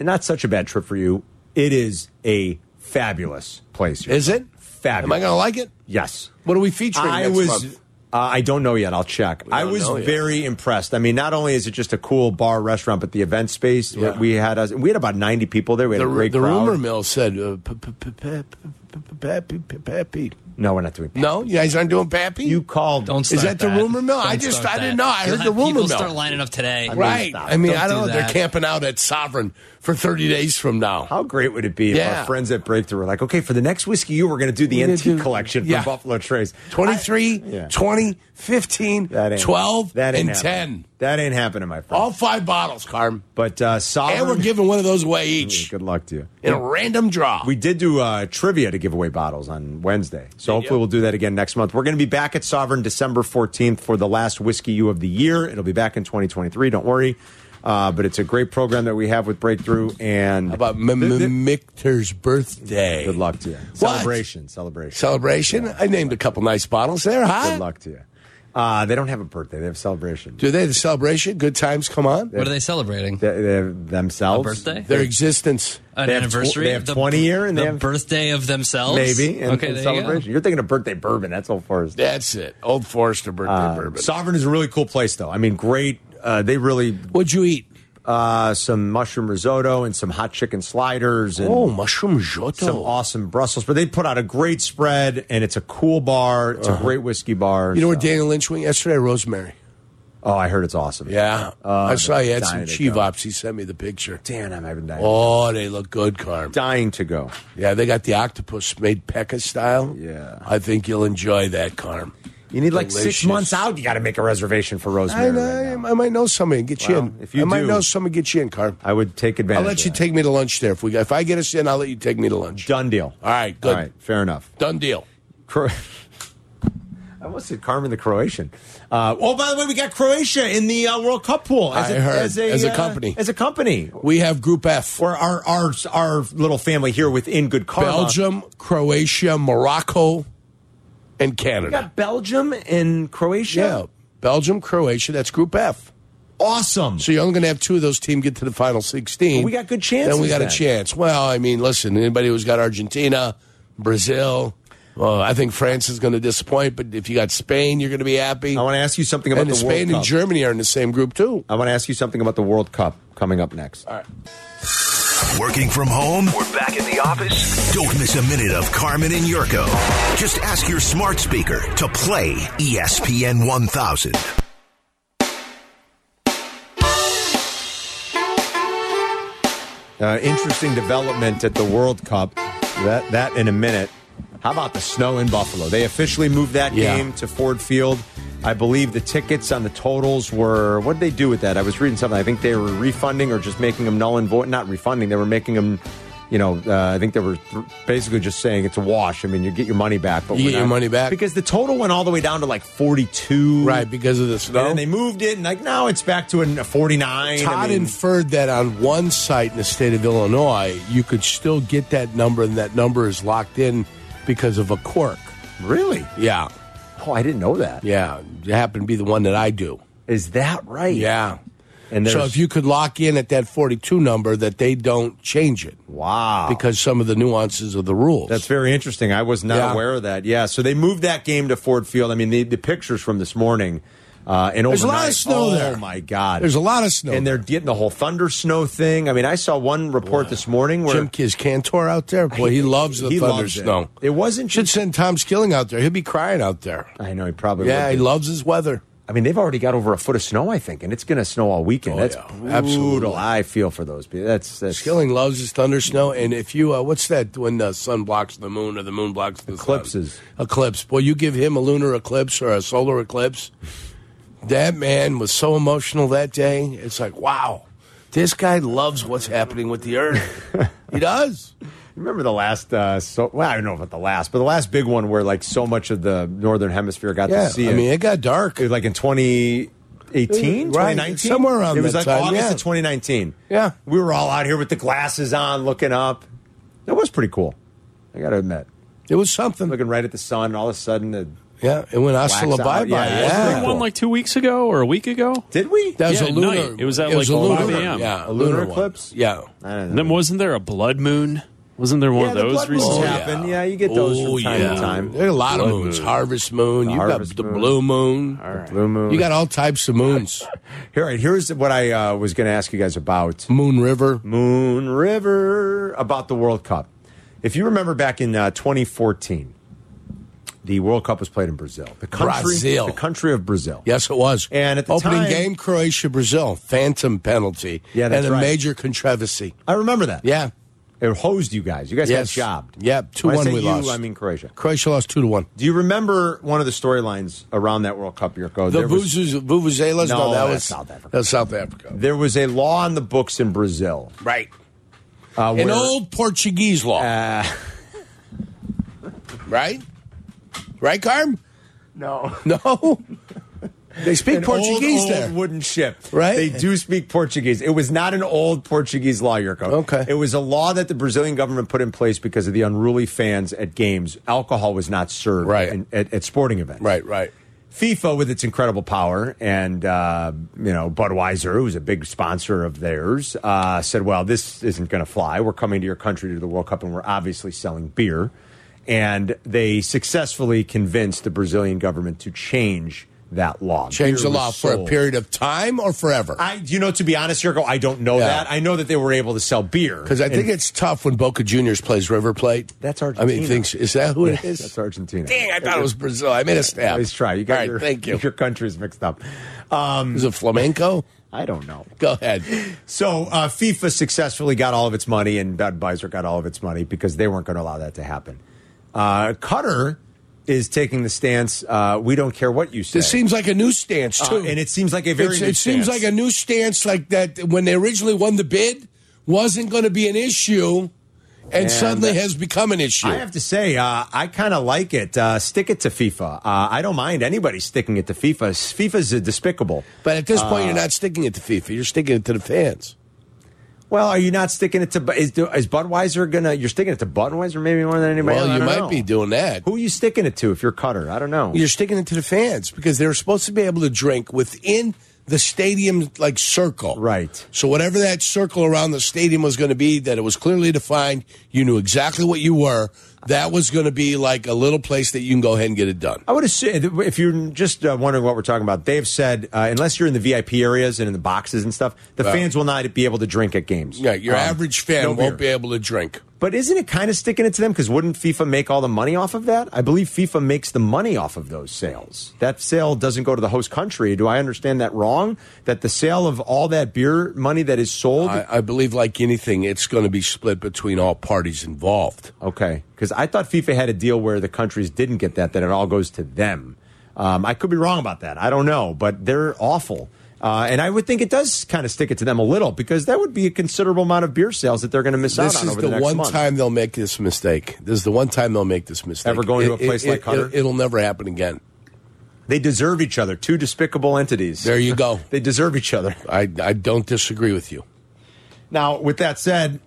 D: not such a bad trip for you. It is a fabulous place.
E: Is it?
D: Fabulous.
E: Am I going to like it?
D: Yes.
E: What are we featuring?
D: I
E: next
D: was.
E: month?
D: Uh, I don't know yet. I'll check. I
E: don't
D: was
E: know yet.
D: very impressed. I mean, not only is it just a cool bar restaurant, but the event space
E: Yeah.
D: we had us. We had about ninety people there. We had
E: The,
D: a great
E: the
D: crowd.
E: rumor mill said uh, p- p- p- p- p- p- Pappy p- Pappy.
D: No, we're not doing.
E: No, you guys aren't doing Pappy.
D: You called.
J: Don't start
E: Is that the rumor mill? I
J: Don't
E: just-
J: start
E: I didn't know. I heard the rumor
J: people
E: mill.
J: start lining up today.
E: right. I mean,
J: Don't
E: I don't know.
J: do
E: They're
J: that.
E: camping out at Sovereign for 30 days from now.
D: How great would it be if
E: Yeah.
D: our friends at Breakthrough were like, okay, for the next whiskey, you were going to do the
E: We're gonna
D: antique
E: do-
D: collection
E: Yeah.
D: from Buffalo Trace.
E: 23,
D: I- yeah.
E: 20, 15,
D: That ain't
E: 12,
D: That ain't
E: and 10.
D: happening. That ain't happening, my friend.
E: All five bottles, Carm.
D: but uh, sovereign.
E: And we're giving one of those away
D: Yeah,
E: each
D: Good luck to you.
E: in a random draw.
D: We did do uh, trivia to give away bottles on Wednesday. So hopefully we'll do that again next month. We're going to be back at Sovereign December 14th for the last Whiskey U of the year. It'll be back in 2023. Don't worry. Uh, but it's a great program that we have with Breakthrough. And
E: How about M- M- Michter's birthday?
D: good luck to you. Celebration. Celebration.
E: Celebration. I named a couple nice bottles there. Hi.
D: good luck to you. Uh, they don't have a birthday. They have celebration.
E: Do they have a celebration? Good times come on.
J: What are they celebrating?
D: They, they have themselves.
J: A birthday?
E: Their existence.
J: An
D: they have tw-
J: anniversary?
D: they have
J: The-
D: 20 year and
J: the
D: they have-
J: birthday of themselves?
D: Maybe. And,
J: okay,
D: and
J: there
D: celebration. You are thinking of birthday bourbon. That's all far as
E: That's it. Old Forester birthday
D: Uh,
E: bourbon.
D: Sovereign is a really cool place, though. I mean, great. Uh, they really
E: What'd you eat?
D: uh, some mushroom risotto and some hot chicken sliders and
E: Oh, mushroom risotto.
D: some awesome Brussels. But they put out a great spread, and it's a cool bar. It's a great whiskey bar.
E: Uh-huh. You know where
D: so-
E: Daniel Lynch went yesterday? Rosemary.
D: Oh, I heard it's awesome.
E: Yeah.
D: Uh,
E: I saw he had some
D: dying to
E: chivops. He sent me the picture.
D: Dan, I'm having dying.
E: Oh, they look good, Carm.
D: Dying to go.
E: Yeah, they got the octopus made Pekka style.
D: Yeah.
E: I think you'll enjoy that, Carm.
D: You need like
E: Delicious.
D: six months out. You got to make a reservation for Rosemary.
E: I,
D: right
E: know,
D: now.
E: I might know somebody and get you
D: Well,
E: in.
D: if you
E: I might
D: do-
E: know somebody and get you in, Carm.
D: I would take advantage.
E: I'll let
D: of
E: you
D: that.
E: take me to lunch there. If we if I get us in, I'll let you take me to lunch.
D: Done deal.
E: All right, good.
D: All right, fair enough.
E: Done deal.
D: Cro- I almost said Carmen the Croatian. Uh, oh, by the way, we got Croatia in the uh, World Cup pool
E: I heard, as a company.
D: As a company,
E: We have Group F.
D: or our our our little family here within good karma.
E: Belgium, Croatia, Morocco, and
D: We
E: Canada.
D: got Belgium and Croatia.
E: Yeah, Belgium, Croatia. That's Group F.
D: awesome.
E: So you're only going to have two of those teams get to the final sixteen.
D: We got good chances
E: Then we got a
D: then.
E: chance. Well, I mean, listen, anybody who's got Argentina, Brazil. Well, I think France is going to disappoint, but if you got Spain, you're going to be happy.
D: I want to ask you something about
E: and
D: the
E: Spain
D: World
E: and
D: Cup.
E: Germany are in the same group too.
D: I want to ask you something about the World Cup coming up next.
B: Working from home?
K: We're back in the office.
B: Don't miss a minute of Carmen and Yurko. Just ask your smart speaker to play E ESPN 1000.
D: Uh, interesting development at the World Cup. That that in a minute. How about the snow in Buffalo? They officially moved that
E: Yeah.
D: game to Ford Field. I believe the tickets on the totals were what did they do with that? I was reading something. I think they were refunding or just making them null and void. Not refunding. They were making them. You know, uh, I think they were th- basically just saying it's a wash. I mean, you get your money back, but
E: You
D: we're
E: get your
D: not-
E: money back.
D: because the total went all the way down to like forty-two,
E: Right, because of the snow.
D: Mm-hmm. And then they moved it, and like now it's back to a forty-nine. I
E: Todd
D: mean-
E: inferred that on one site in the state of Illinois, you could still get that number, and that number is locked in because of a quirk.
D: really?
E: Yeah,
D: Oh, I didn't know that. Is
E: yeah. It happened to be the one that I do.
D: that right?
E: Yeah.
D: And
E: So
D: there's-
E: if you could lock in at that 42 number, that they don't change it
D: wow,
E: because some of the nuances of the rules.
D: that's very interesting. I was not
E: Yeah.
D: aware of that. Yeah, so they moved that game to Ford Field. I mean, the, the pictures from this morning uh, and
E: There's a lot of
D: overnight-
E: snow
D: oh,
E: there.
D: my god,
E: There's a lot of snow
D: and they're getting the whole thunder snow thing. I mean, I saw one report this morning where
E: Jim Kiz Cantor out there. Boy, he loves the
D: he
E: thunder
D: loves it.
E: snow.
D: It wasn't
E: Should
D: just.
E: send Tom Skilling out there. He'll be crying out there.
D: I know he probably.
E: Yeah,
D: would
E: he
D: be.
E: loves his weather.
D: I mean, they've already got over a foot of snow, I think, and it's going to snow all weekend.
E: Oh,
D: that's
E: yeah.
D: brutal.
E: Absolutely.
D: I feel for those people. That's, that's
E: Skilling loves his thunder snow, and if you uh, what's that when the sun blocks the moon or the moon blocks the
D: Eclipses.
E: Sun? Eclipse. Boy, you give him a lunar eclipse or a solar eclipse. That man was so emotional that day. It's like wow, this guy loves what's happening with the earth. he does.
D: Remember the last, uh, so well, I don't know about the last, but the last big one where like so much of the northern hemisphere got
E: Yeah,
D: to see
E: I
D: it.
E: mean it got dark.
D: It was, like in 2018,
E: Right,
D: 2019,
E: somewhere around
D: It was
E: that
D: like
E: time,
D: August
E: yeah.
D: of 2019.
E: Yeah.
D: we were all out here with the glasses on, looking up. That was pretty cool. I got to admit,
E: It was something.
D: looking right at the sun, and all of a sudden, it,
E: Yeah, it went hasta la
D: Blacks
E: bye
D: out,
E: bye.
D: yeah, it's
E: Yeah,
D: pretty
I: One like two weeks ago or a week ago.
D: did we?
E: that was
I: Yeah,
E: a
I: at
E: lunar.
I: night. It was at,
E: a
I: like, 11
E: lunar.
I: a.m.
E: Yeah,
D: A lunar
E: one.
D: eclipse?
E: Yeah.
D: I don't know.
I: And then wasn't there a blood moon? Wasn't there one
D: yeah,
I: of
D: the
I: those Oh,
D: blood moons
I: recently?
D: happen. Yeah. you get those from time to time.
E: There are Oh, a lot of moons. Harvest moon. You've got
D: harvest
E: the
D: moon.
E: blue moon.
D: Blue moon.
E: You got all types of moons.
D: All right, here's what I uh, was going to ask you guys about.
E: Moon River.
D: Moon River about the World Cup. If you remember back in uh, 2014, the World Cup was played in Brazil. The country,
E: Brazil.
D: the country of Brazil.
E: Yes, it was.
D: And at the
E: opening
D: time-
E: game, Croatia Brazil, phantom penalty.
D: Yeah, that's
E: and a
D: right.
E: major controversy.
D: I remember that.
E: Yeah,
D: it hosed you guys. You guys
E: Yes.
D: got jobbed.
E: Yep, 2-1
D: When I say
E: we
D: you,
E: lost.
D: I mean Croatia.
E: Croatia lost two to one.
D: Do you remember one of the storylines around that World Cup, Yurko?
E: The
D: There was-
E: Vuvuz- Vuvuzelas. No,
D: No,
E: that
D: that's
E: was
D: South Africa.
E: That's South Africa.
D: There was a law on the books in Brazil.
E: Right.
D: Uh,
E: An
D: where- Uh,
E: old Portuguese law. right? Right, Carm?
D: No.
E: No. they speak
D: An
E: Portuguese
D: old,
E: there.
D: Old wooden ship.
E: Right?
D: They do speak Portuguese. It was not an old Portuguese law, Yurko.
E: Okay.
D: It was a law that the Brazilian government put in place because of the unruly fans at games. Alcohol was not served
E: Right.
D: in- at, at sporting events.
E: Right, right.
D: FIFA, with its incredible power, and uh, you know Budweiser, who's a big sponsor of theirs, uh, said, "Well, this isn't going to fly. We're coming to your country to the World Cup, and we're obviously selling beer." And they successfully convinced the Brazilian government to change that law.
E: Change
D: Beer
E: the
D: was
E: law for a
D: sold.
E: period of time or forever?
D: I, you know, to be honest, Yurko, I don't know
E: Yeah.
D: that. I know that they were able to sell beer
E: Because I think
D: And
E: it's tough when Boca Juniors plays River Plate.
D: That's
E: I mean,
D: Argentina.
E: thinks, is that who it is?
D: that's Argentina.
E: Dang, I thought it was Brazil. I made a stab.
D: Let's try. You
E: All
D: got
E: right,
D: your
E: thank you.
D: your countries mixed up.
E: Is it flamenco?
D: I don't know.
E: Go ahead.
D: So uh, FIFA successfully got all of its money, and Budweiser got all of its money because they weren't going to allow that to happen. Uh, Cutter is taking the stance: uh, we don't care what you say.
E: This seems like a new stance,
D: Uh,
E: too.
D: and it seems like a very
E: It's-
D: new
E: it seems
D: stance.
E: like a new stance, like that when they originally won the bid wasn't going to be an issue, and, suddenly has become an issue.
D: I have to say, uh, I kind of like it. Uh, stick it to FIFA. Uh, I don't mind anybody sticking it to FIFA. FIFA's a despicable.
E: but at this point,
D: Uh,
E: you're not sticking it to FIFA; you're sticking it to the fans.
D: Well, are you not sticking it to? Is, is Budweiser gonna? You're sticking it to Budweiser maybe more than anybody.
E: Well,
D: else? I
E: you
D: don't
E: might
D: know.
E: be doing that.
D: Who are you sticking it to if you're Cutter? I don't know.
E: You're sticking it to the fans because they're supposed to be able to drink within the stadium like circle.
D: Right.
E: So whatever that circle around the stadium was going to be, that it was clearly defined, you knew exactly what you were. That was going to be like a little place that you can go ahead and get it done.
D: I would assume if you're just uh, wondering what we're talking about, they've said uh, unless you're in the VIP areas and in the boxes and stuff, the
E: Right.
D: fans will not be able to drink at games.
E: Yeah, your
D: Um,
E: average fan
D: no
E: won't be
D: beer.
E: able to drink.
D: But isn't it kind of sticking it to them? Because wouldn't FIFA make all the money off of that? I believe FIFA makes the money off of those sales. That sale doesn't go to the host country. Do I understand that wrong? That the sale of all that beer money that is sold.
E: I, I believe, like anything, it's going to be split between all parties involved.
D: Okay, because I thought FIFA had a deal where the countries didn't get that; that it all goes to them. Um, I could be wrong about that. I don't know, but they're awful, uh, and I would think it does kind of stick it to them a little because that would be a considerable amount of beer sales that they're going to miss
E: This
D: out on
E: is
D: over
E: the,
D: the, next
E: one
D: month.
E: time they'll make this mistake. This is the one time they'll make this mistake.
D: Ever going to a place like Qatar?
E: It, will never happen again.
D: They deserve each other. Two despicable entities.
E: There you go.
D: they deserve each other.
E: I, I don't disagree with you.
D: Now, with that said,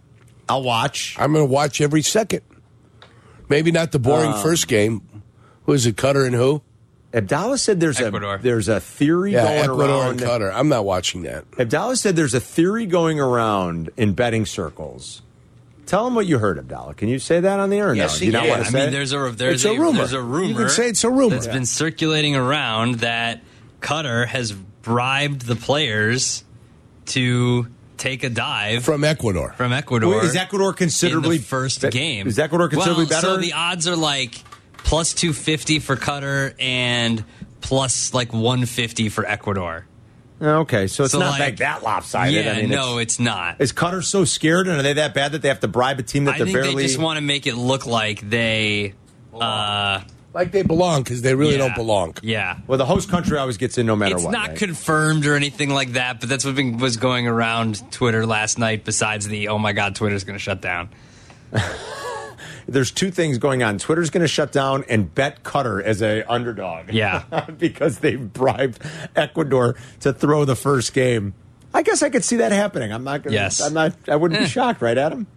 D: I'll watch.
E: I'm going to watch every second. Maybe not the boring first game. Who is it, Cutter and who?
D: Abdallah said there's
J: Ecuador.
D: a there's a theory
E: Yeah,
D: going
E: Ecuador
D: around
E: and Cutter. I'm not watching that.
D: Abdallah said there's a theory going around in betting circles. Tell them what you heard, Abdallah. Can you say that on the air? Or
J: Yeah,
D: no?
J: she
D: Do you not
J: can.
D: want to
J: I
D: say
J: mean,
D: it?
J: there's a there's
E: It's a rumor.
J: there's a
E: You
J: rumor.
E: can say it's a rumor.
J: that's
E: Yeah.
J: been circulating around that Cutter has bribed the players to take a dive
E: From Ecuador.
J: from Ecuador.
D: Wait, is Ecuador considerably
J: in the first
D: be-
J: game?
D: Is Ecuador considerably
J: well,
D: better?
J: So the odds are like plus two fifty for Cutter and plus like one fifty for Ecuador.
D: okay, so it's
J: So,
D: not
J: like-
D: like, that lopsided.
J: yeah,
D: I mean,
J: no,
D: It's,
J: it's, not.
D: is Cutter so scared, and are they that bad that they have to bribe a team that
J: I
D: they're
J: think
D: barely?
J: they just want to make it look like they. Uh,
E: Like they belong because they really
J: yeah.
E: don't belong.
J: Yeah.
D: well, the host country always gets in no matter
J: it's
D: what.
J: not
D: right?
J: confirmed or anything like that, but that's what been, was going around Twitter last night. Besides the oh my god, Twitter's going to shut down.
D: There's two things going on. Twitter's going to shut down and bet Cutter as a underdog.
J: Yeah.
D: because they bribed Ecuador to throw the first game. I guess I could see that happening. I'm not going.
J: Yes. Eh.
D: I'm not. I wouldn't be shocked, right, Adam?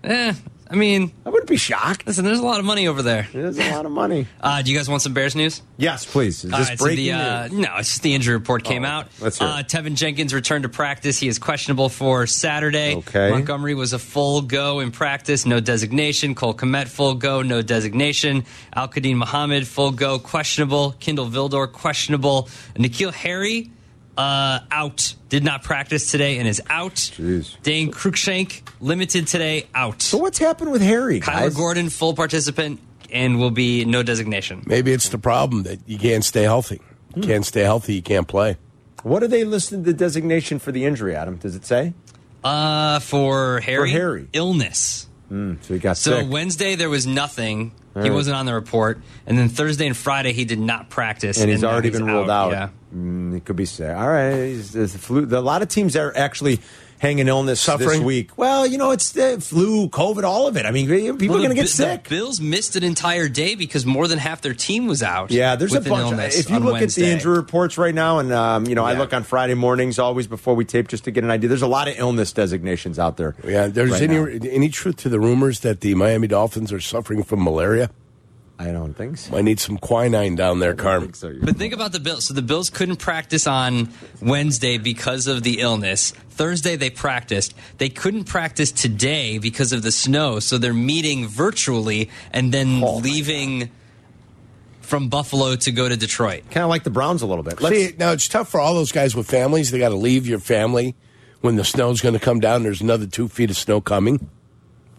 J: I mean,
D: I wouldn't be shocked.
J: listen, there's a lot of money over there.
D: It is a lot of money.
J: Uh, do you guys want some Bears news?
D: Yes, please. Is
J: All
D: this
J: right,
D: breaking
J: so the, uh,
D: news? Oh,
J: No, it's just the injury report came out.
D: Let's hear it.
J: Uh, Tevin Jenkins returned to practice. He is questionable for Saturday.
D: Okay.
J: Montgomery was a full go in practice, no designation. Cole Komet, full go, no designation. Al Qadim Muhammad, full go, questionable. Kendall Vildor, questionable. Nikhil Harry, uh, out. Did not practice today and is out.
D: Jeez.
J: Dane Cruikshank, limited today, out.
D: So what's happened with Harry?
J: Kyler
D: guys?
J: Gordon, full participant. and will be no designation.
E: Maybe it's the problem that you can't stay healthy. You Can't stay healthy, you can't play.
D: What are they listed the designation for the injury, Adam? Does it say?
J: Uh, for Harry,
D: Harry.
J: illness.
D: So he got
J: So
D: sick.
J: Wednesday there was nothing. He
D: right.
J: wasn't on the report, and then Thursday and Friday he did not practice,
D: and he's
J: now
D: already been ruled out.
J: Yeah.
D: Mm, it could be sick. All right, he's- there's the flu. A lot of teams are actually hanging illness this
E: Suffering?
D: week. Well, you know, it's the flu, COVID, all of it. I mean, people
J: Well,
D: are going to
J: the
D: get
J: Bi-
D: sick.
J: The Bills missed an entire day because more than half their team was out.
D: Yeah, there's a
J: with an
D: bunch.
J: illness
D: If you
J: on
D: look at
J: Wednesday.
D: the injury reports right now, and um, you know, I
J: Yeah.
D: look on Friday mornings always before we tape just to get an idea. There's a lot of illness designations out there.
E: Yeah, there's
D: right
E: any
D: now.
E: any truth to the rumors that the Miami Dolphins are suffering from malaria?
D: I don't think so.
E: Might need some quinine down there,
D: I
E: Carm.
D: think so.
J: But think about the Bills. So the Bills couldn't practice on Wednesday because of the illness. Thursday they practiced. They couldn't practice today because of the snow. So they're meeting virtually and then
D: Oh, my
J: leaving from Buffalo to go to Detroit.
D: Kind of like the Browns a little bit. Let's-
E: See, now it's tough for all those guys with families. They got to leave your family when the snow's going to come down. There's another two feet of snow coming.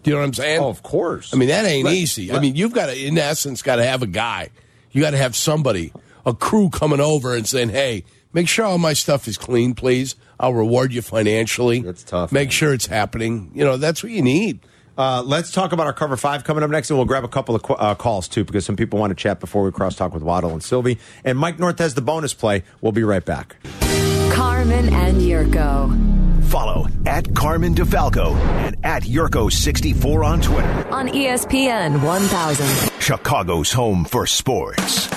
E: Do you know what I'm saying?
D: oh, of course.
E: I mean, that ain't
D: Let-
E: easy. I
D: let-
E: mean, you've got to, in essence, got to have a guy. You got to have somebody, a crew coming over and saying, hey, make sure all my stuff is clean, please. I'll reward you financially.
D: That's tough,
E: Make
D: man.
E: sure it's happening. You know, that's what you need.
D: Uh, let's talk about our cover five coming up next, and we'll grab a couple of qu- uh, calls too, because some people want to chat before we cross talk with Waddle and Sylvie. And Mike North has the bonus play. We'll be right back.
A: Carmen and Yurko
B: Follow at Carmen DeFalco and at Yurko64 on Twitter.
A: on E ESPN 1000.
B: Chicago's home for sports.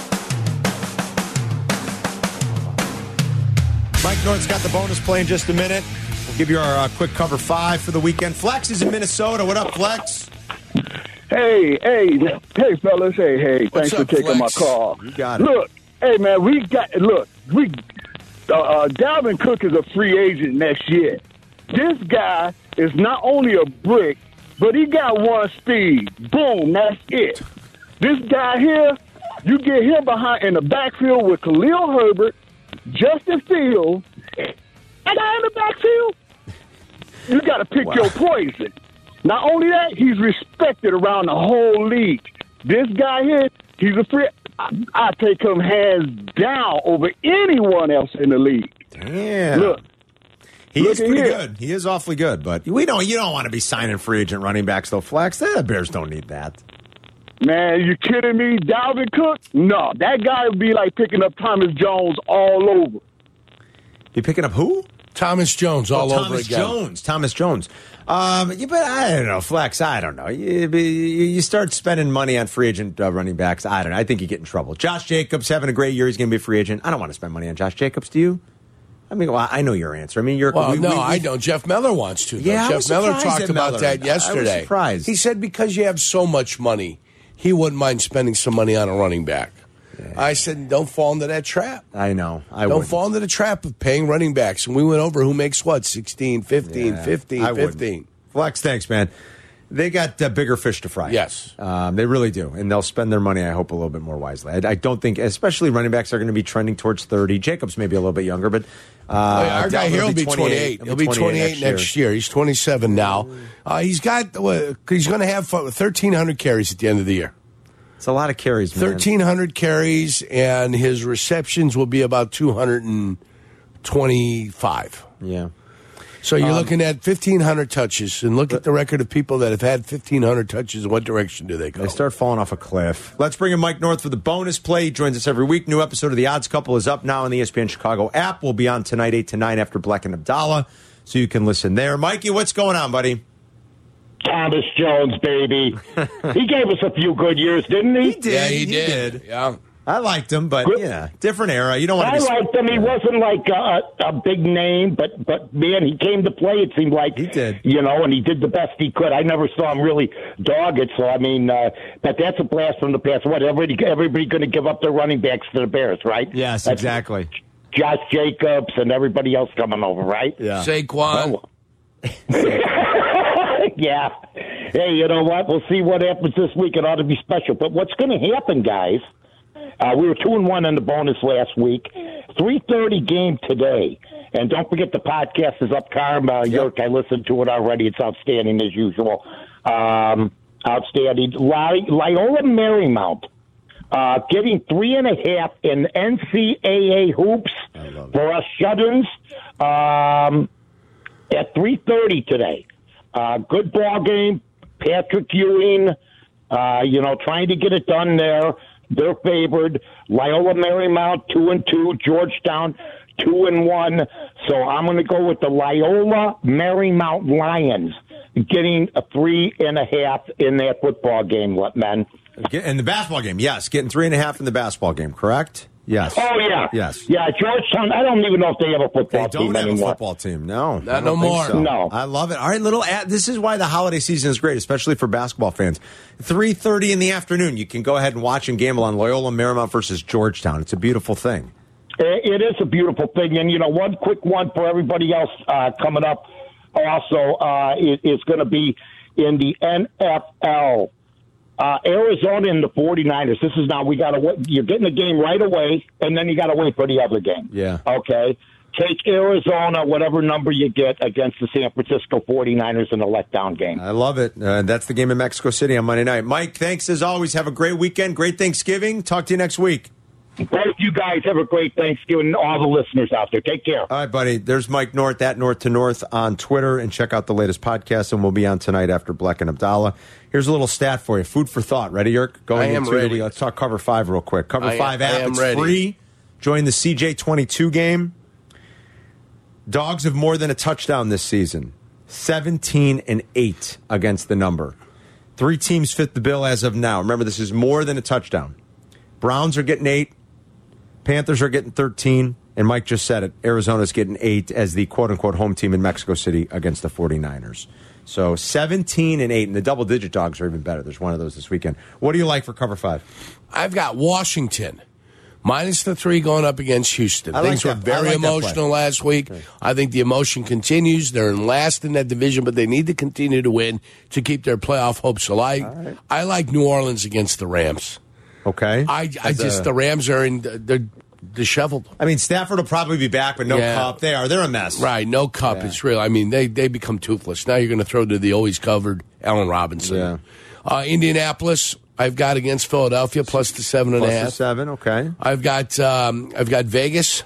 D: Mike North's got the bonus play in just a minute. We'll give you our uh, quick cover five for the weekend. Flex is in Minnesota. What up, Flex?
H: Hey, hey, hey, fellas. Hey, hey. thanks
E: What's
H: for
E: up,
H: taking
E: Flex?
H: my call.
D: You got it.
H: Look, hey, man, we got, look, we, uh, uh, Dalvin Cook is a free agent next year. This guy is not only a brick, but he got one speed. Boom, that's it. This guy here, you get him behind in the backfield with Khalil Herbert, Justin Fields, and that guy in the backfield. You got to pick your poison. Not only that, he's respected around the whole league. This guy here, he's a free. I, I take him hands down over anyone else in the league.
D: Yeah.
H: Look,
D: He
H: Look
D: is
H: at
D: pretty
H: here.
D: good. He is awfully good, but we don't. You don't want to be signing free agent running backs though. Flex, Eh, the Bears don't need that.
H: man, you kidding me? Dalvin Cook? No, that guy would be like picking up Thomas Jones all over.
D: You picking up who?
E: Thomas Jones all
D: Oh,
E: over
D: Thomas
E: again.
D: Jones. Thomas Jones. Um, yeah, but I don't know, Flex. I don't know. You, you- you start spending money on free agent uh, running backs. I don't know. I think you get in trouble. Josh Jacobs having a great year. He's going to be a free agent. I don't want to spend money on Josh Jacobs. Do you? I mean, well, I know your answer. I mean, you're.
E: Well,
D: we-
E: no,
D: we- we-
E: I don't. Jeff Miller wants to. Though.
D: Yeah, I
E: Jeff
D: was
E: Miller
D: surprised
E: talked
D: at
E: about
D: Miller.
E: that
D: I was
E: yesterday.
D: surprised.
E: He said because you have so much money, he wouldn't mind spending some money on a running back. I said, don't fall into that trap.
D: I know. I
E: Don't
D: wouldn't.
E: fall into the trap of paying running backs. And we went over who makes what 16, 15,
D: Yeah,
E: 15,
D: I wouldn't.
E: 15.
D: Flex, thanks, man. They got uh, bigger fish to fry.
E: Yes.
D: um, they really do, and they'll spend their money. I hope a little bit more wisely. I, I don't think, especially running backs, are going to be trending towards thirty. Jacobs may be a little bit younger, but uh,
E: Oh, yeah, our guy
D: Dalvin
E: here will be 28. He'll be 28 next year. He's 27 now. Uh, he's got, uh, he's going to have fun- 1,300 carries at the end of the year.
D: It's a lot of carries. man.
E: 1,300 carries, and his receptions will be about 225.
D: Yeah.
E: So
D: Um,
E: you're looking at 1,500 touches, and look at the record of people that have had 1,500 touches. What direction do they go?
D: They start falling off a cliff. Let's bring in Mike North for the bonus play. He joins us every week. New episode of The Odds Couple is up now on the E ESPN Chicago app. We'll be on tonight, 8 to 9 after Black and Abdallah, so you can listen there. Mikey, what's going on, buddy?
H: Thomas Jones, baby. he gave us a few good years, didn't he?
E: yeah, he, did. Yeah.
D: I liked him, but yeah, different era. You don't want
H: I
D: to be.
H: liked him. He wasn't like a, a big name, but but man, he came to play. It seemed like
D: He did.
H: you know, and he did the best he could. I never saw him really dog it. So I mean, uh, but that's a blast from the past. What everybody everybody going to give up their running backs to the Bears, right?
D: Yes,
H: That's
D: exactly.
H: Josh Jacobs and everybody else coming over, right?
D: Yeah.
E: Saquon.
H: yeah. Hey, you know what? We'll see what happens this week. It ought to be special. But what's going to happen, guys? Uh, we were two and one in the bonus last week. Three thirty game today, and don't forget the podcast is up. Carm uh, York, I listened to it already. It's outstanding as usual. Um,
K: outstanding. Larry, Loyola Marymount uh, getting three and a half in NCAA hoops for us shut-ins um, at three thirty today. Uh, good ball game, Patrick Ewing. Uh, you know, trying to get it done there. They're favored. Loyola Marymount two and two. Georgetown two and one. So I'm going to go with the Loyola Marymount Lions getting a three and a half in that football game. What men?
D: In the basketball game, yes. Getting three and a half in the basketball game, correct? Yes.
K: Oh yeah,
D: Yes.
K: yeah. Georgetown. I don't even know if they have a football
D: They don't
K: team
D: have a
K: anymore.
D: football team. No,
E: Not
D: I don't
E: no
D: think
E: more.
D: so.
K: No.
D: I love it. All right, little. Ad, this is why the holiday season is great, especially for basketball fans. Three thirty in the afternoon, you can go ahead and watch and gamble on Loyola Marymount versus Georgetown. It's a beautiful thing.
K: It it is a beautiful thing. And, you know, one quick one for everybody else uh, coming up also uh, is, is going to be in the NFL. Uh, Arizona and the 49ers. This is now, we got to, you're getting the game right away, and then you got to wait for the other game.
D: Yeah.
K: Okay. Take Arizona, whatever number you get, against the San Francisco 49ers in the letdown game.
D: I love it. Uh, that's the game in Mexico City on Monday night. Mike, thanks as always. Have a great weekend. Great Thanksgiving. Talk to you next week.
K: Both you guys have a great Thanksgiving, and all the listeners out there. Take care.
D: All right, buddy. There's Mike North at North to North on Twitter, and check out the latest podcast. And we'll be on tonight after Black and Abdallah. Here's a little stat for you. Food for thought. Ready, Yerk? Go
E: I
D: ahead
E: am
D: and tweet it.
E: ready.
D: Let's talk Cover Five real quick. Cover
E: I am-
D: Five
E: I
D: app.
E: am
D: It's
E: ready.
D: free. Join the CJ22 game. Dogs have more than a touchdown this season. 17 and 8 against the number. Three teams fit the bill as of now. Remember, this is more than a touchdown. Browns are getting 8. Panthers are getting 13. And Mike just said it. Arizona's getting 8 as the quote unquote home team in Mexico City against the 49ers. So 17 and 8. And the double digit dogs are even better. There's one of those this weekend. What do you like for cover five?
E: I've got Washington minus the three going up against Houston.
D: I like
E: Things
D: that-
E: were
D: I
E: very
D: like that play.
E: emotional last week. I think the emotion continues. They're in last in that division, but they need to continue to win to keep their playoff hopes alive. I like New Orleans against the Rams.
D: Okay.
E: I, I
D: As a-
E: just the Rams are in they're disheveled.
D: I mean, Stafford will probably be back, but no
E: Yeah.
D: cup. They are. They're a mess.
E: Right, no cup. It's real. I mean, they they become toothless. Now you're going to throw to the always covered Allen Robinson.
D: Yeah.
E: Uh, Indianapolis, I've got against Philadelphia plus the seven and a
D: Plus
E: half.
D: the seven. Okay.
E: I've got um, I've got Vegas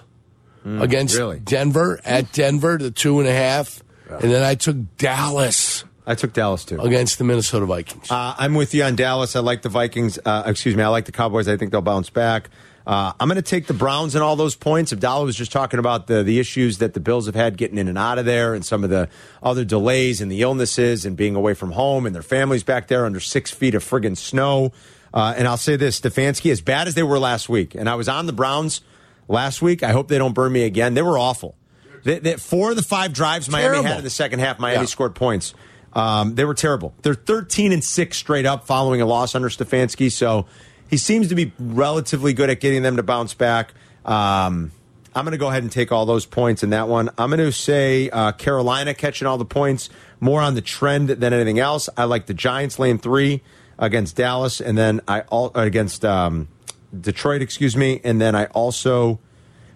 E: against
D: Mm, really?
E: Denver at Denver the two and a half, and then I took Dallas
D: I took Dallas too.
E: against the Minnesota Vikings.
D: Uh, I'm with you on Dallas. I like the Vikings. Uh, excuse me. I like the Cowboys. I think they'll bounce back. Uh, I'm going to take the Browns and all those points. Abdallah was just talking about the the issues that the Bills have had getting in and out of there, and some of the other delays and the illnesses, and being away from home and their families back there under six feet of friggin' snow. Uh, and I'll say this: Stefanski, as bad as they were last week, and I was on the Browns last week. I hope they don't burn me again. They were awful. They, they, four of the five drives Miami had
E: Terrible.
D: in the second half, Miami
E: Yeah.
D: scored points. Um, they were terrible. They're 13 and 6 straight up following a loss under Stefanski. So he seems to be relatively good at getting them to bounce back. Um, I'm going to go ahead and take all those points in that one. I'm going to say uh, Carolina catching all the points, more on the trend than anything else. I like the Giants lane three against Dallas, and then I all against um, Detroit, excuse me, and then I also.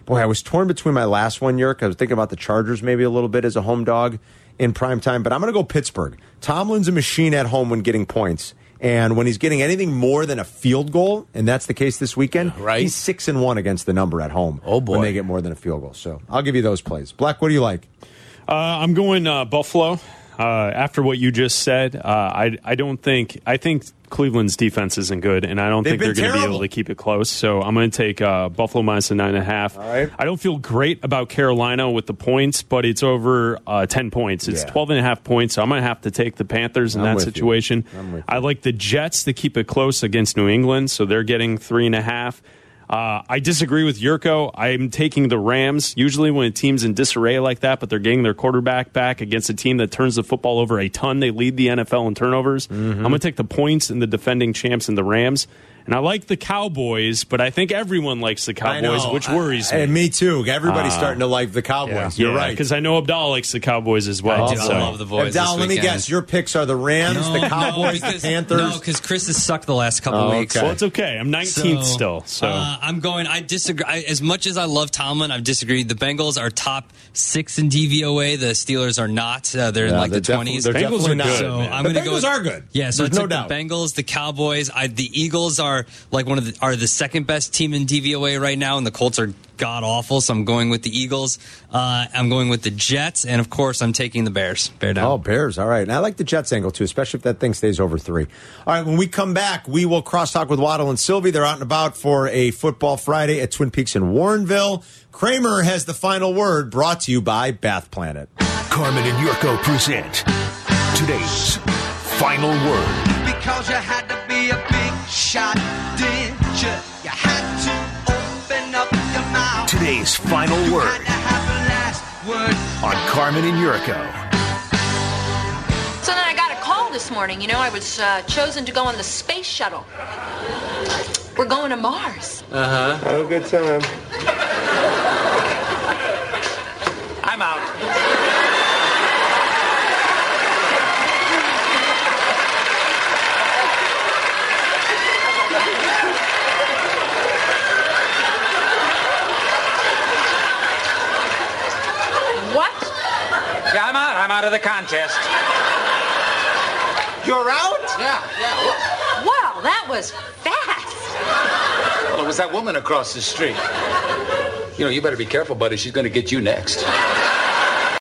D: Boy, I was torn between my last one, Yerk. I was thinking about the Chargers maybe a little bit as a home dog in prime time, but I'm going to go Pittsburgh. Tomlin's a machine at home when getting points. And when he's getting anything more than a field goal, and that's the case this weekend,
E: Right.
D: he's six and one against the number at home.
E: Oh, boy.
D: when they get more than a field goal. So I'll give you those plays. Black, what do you like?
I: Uh, I'm going uh, Buffalo. Uh, after what you just said, uh, I I don't think I think Cleveland's defense isn't good, and I don't
D: They've
I: think they're
D: been
I: going to be
D: terrible.
I: able to keep it close. So I'm going to take uh, Buffalo minus a nine and a half.
D: All right.
I: I don't feel great about Carolina with the points, but it's over uh, ten points. It's
D: Yeah.
I: twelve and a half points, so I'm going to have to take the Panthers in
D: I'm
I: that
D: with you.
I: situation.
D: I'm with you.
I: I like the Jets to keep it close against New England, so they're getting three and a half. Uh, I disagree with Yurko. I'm taking the Rams. Usually, when a team's in disarray like that, but they're getting their quarterback back against a team that turns the football over a ton, they lead the NFL in turnovers. I'm going to take the points in the defending champs and the Rams. And I like the Cowboys, but I think everyone likes the
D: I
I: Cowboys,
D: know.
I: which worries me.
D: And me too. Everybody's
J: Uh,
I: Ah.
D: starting to like the Cowboys. You're right.
I: Because I know Abdal likes the Cowboys as well.
J: I do. I
I: so-
J: love the boys
D: Abdal,
J: this
D: let me
J: weekend.
D: guess. Your picks are the Rams, the Cowboys,
J: because,
D: the Panthers.
J: No, because Oh, Chris has sucked the last couple
D: Oh,
J: weeks.
D: okay.
I: Well, it's okay. I'm 19th still. So
J: uh, I'm going. I disagree. I, as much as I love Tomlin, I've disagreed. The Bengals are top six in DVOA. The Steelers are not. Uh, they're in
D: Yeah,
J: like the
D: they're defi-
J: twenties.
D: they're
I: Bengals
D: definitely
I: are
D: not.
I: good,
J: So
I: man.
J: I'm
D: The
J: going to go.
D: Bengals
J: with-
D: are good.
J: Yeah, so I
D: There's no
J: took
D: doubt.
J: the Bengals, the Cowboys. I, the Eagles are like one of the are the second best team in DVOA right now, and the Colts are god awful. So I'm going with the Eagles. Uh, I'm going with the Jets, and of course I'm taking the Bears. Bear down.
D: Oh, Bears. All right. And I like the Jets angle too, especially if that thing stays over three. All right. When we come back, we will crosstalk with Waddle and Sylvie. They're out and about for a football Friday at Twin Peaks in Warrenville. Kramer has the final word brought to you by Bath Planet.
B: Carmen and Yurko present today's final word.
L: Because you had to be a big shot, did you? You had to open up your mouth.
B: Today's final
L: Had
B: word
L: to have a last word.
B: on Carmen and Yurko.
M: So then I got a call this morning. You know, I was uh, chosen to go on the space shuttle. We're going to Mars.
H: Have a good time.
L: I'm out.
M: What?
L: Yeah, I'm out. I'm out of the contest. You're out? Yeah, yeah.
M: Wow, that was fast.
L: Well, it was that woman across the street. You know, you better be careful, buddy. She's going to get you next.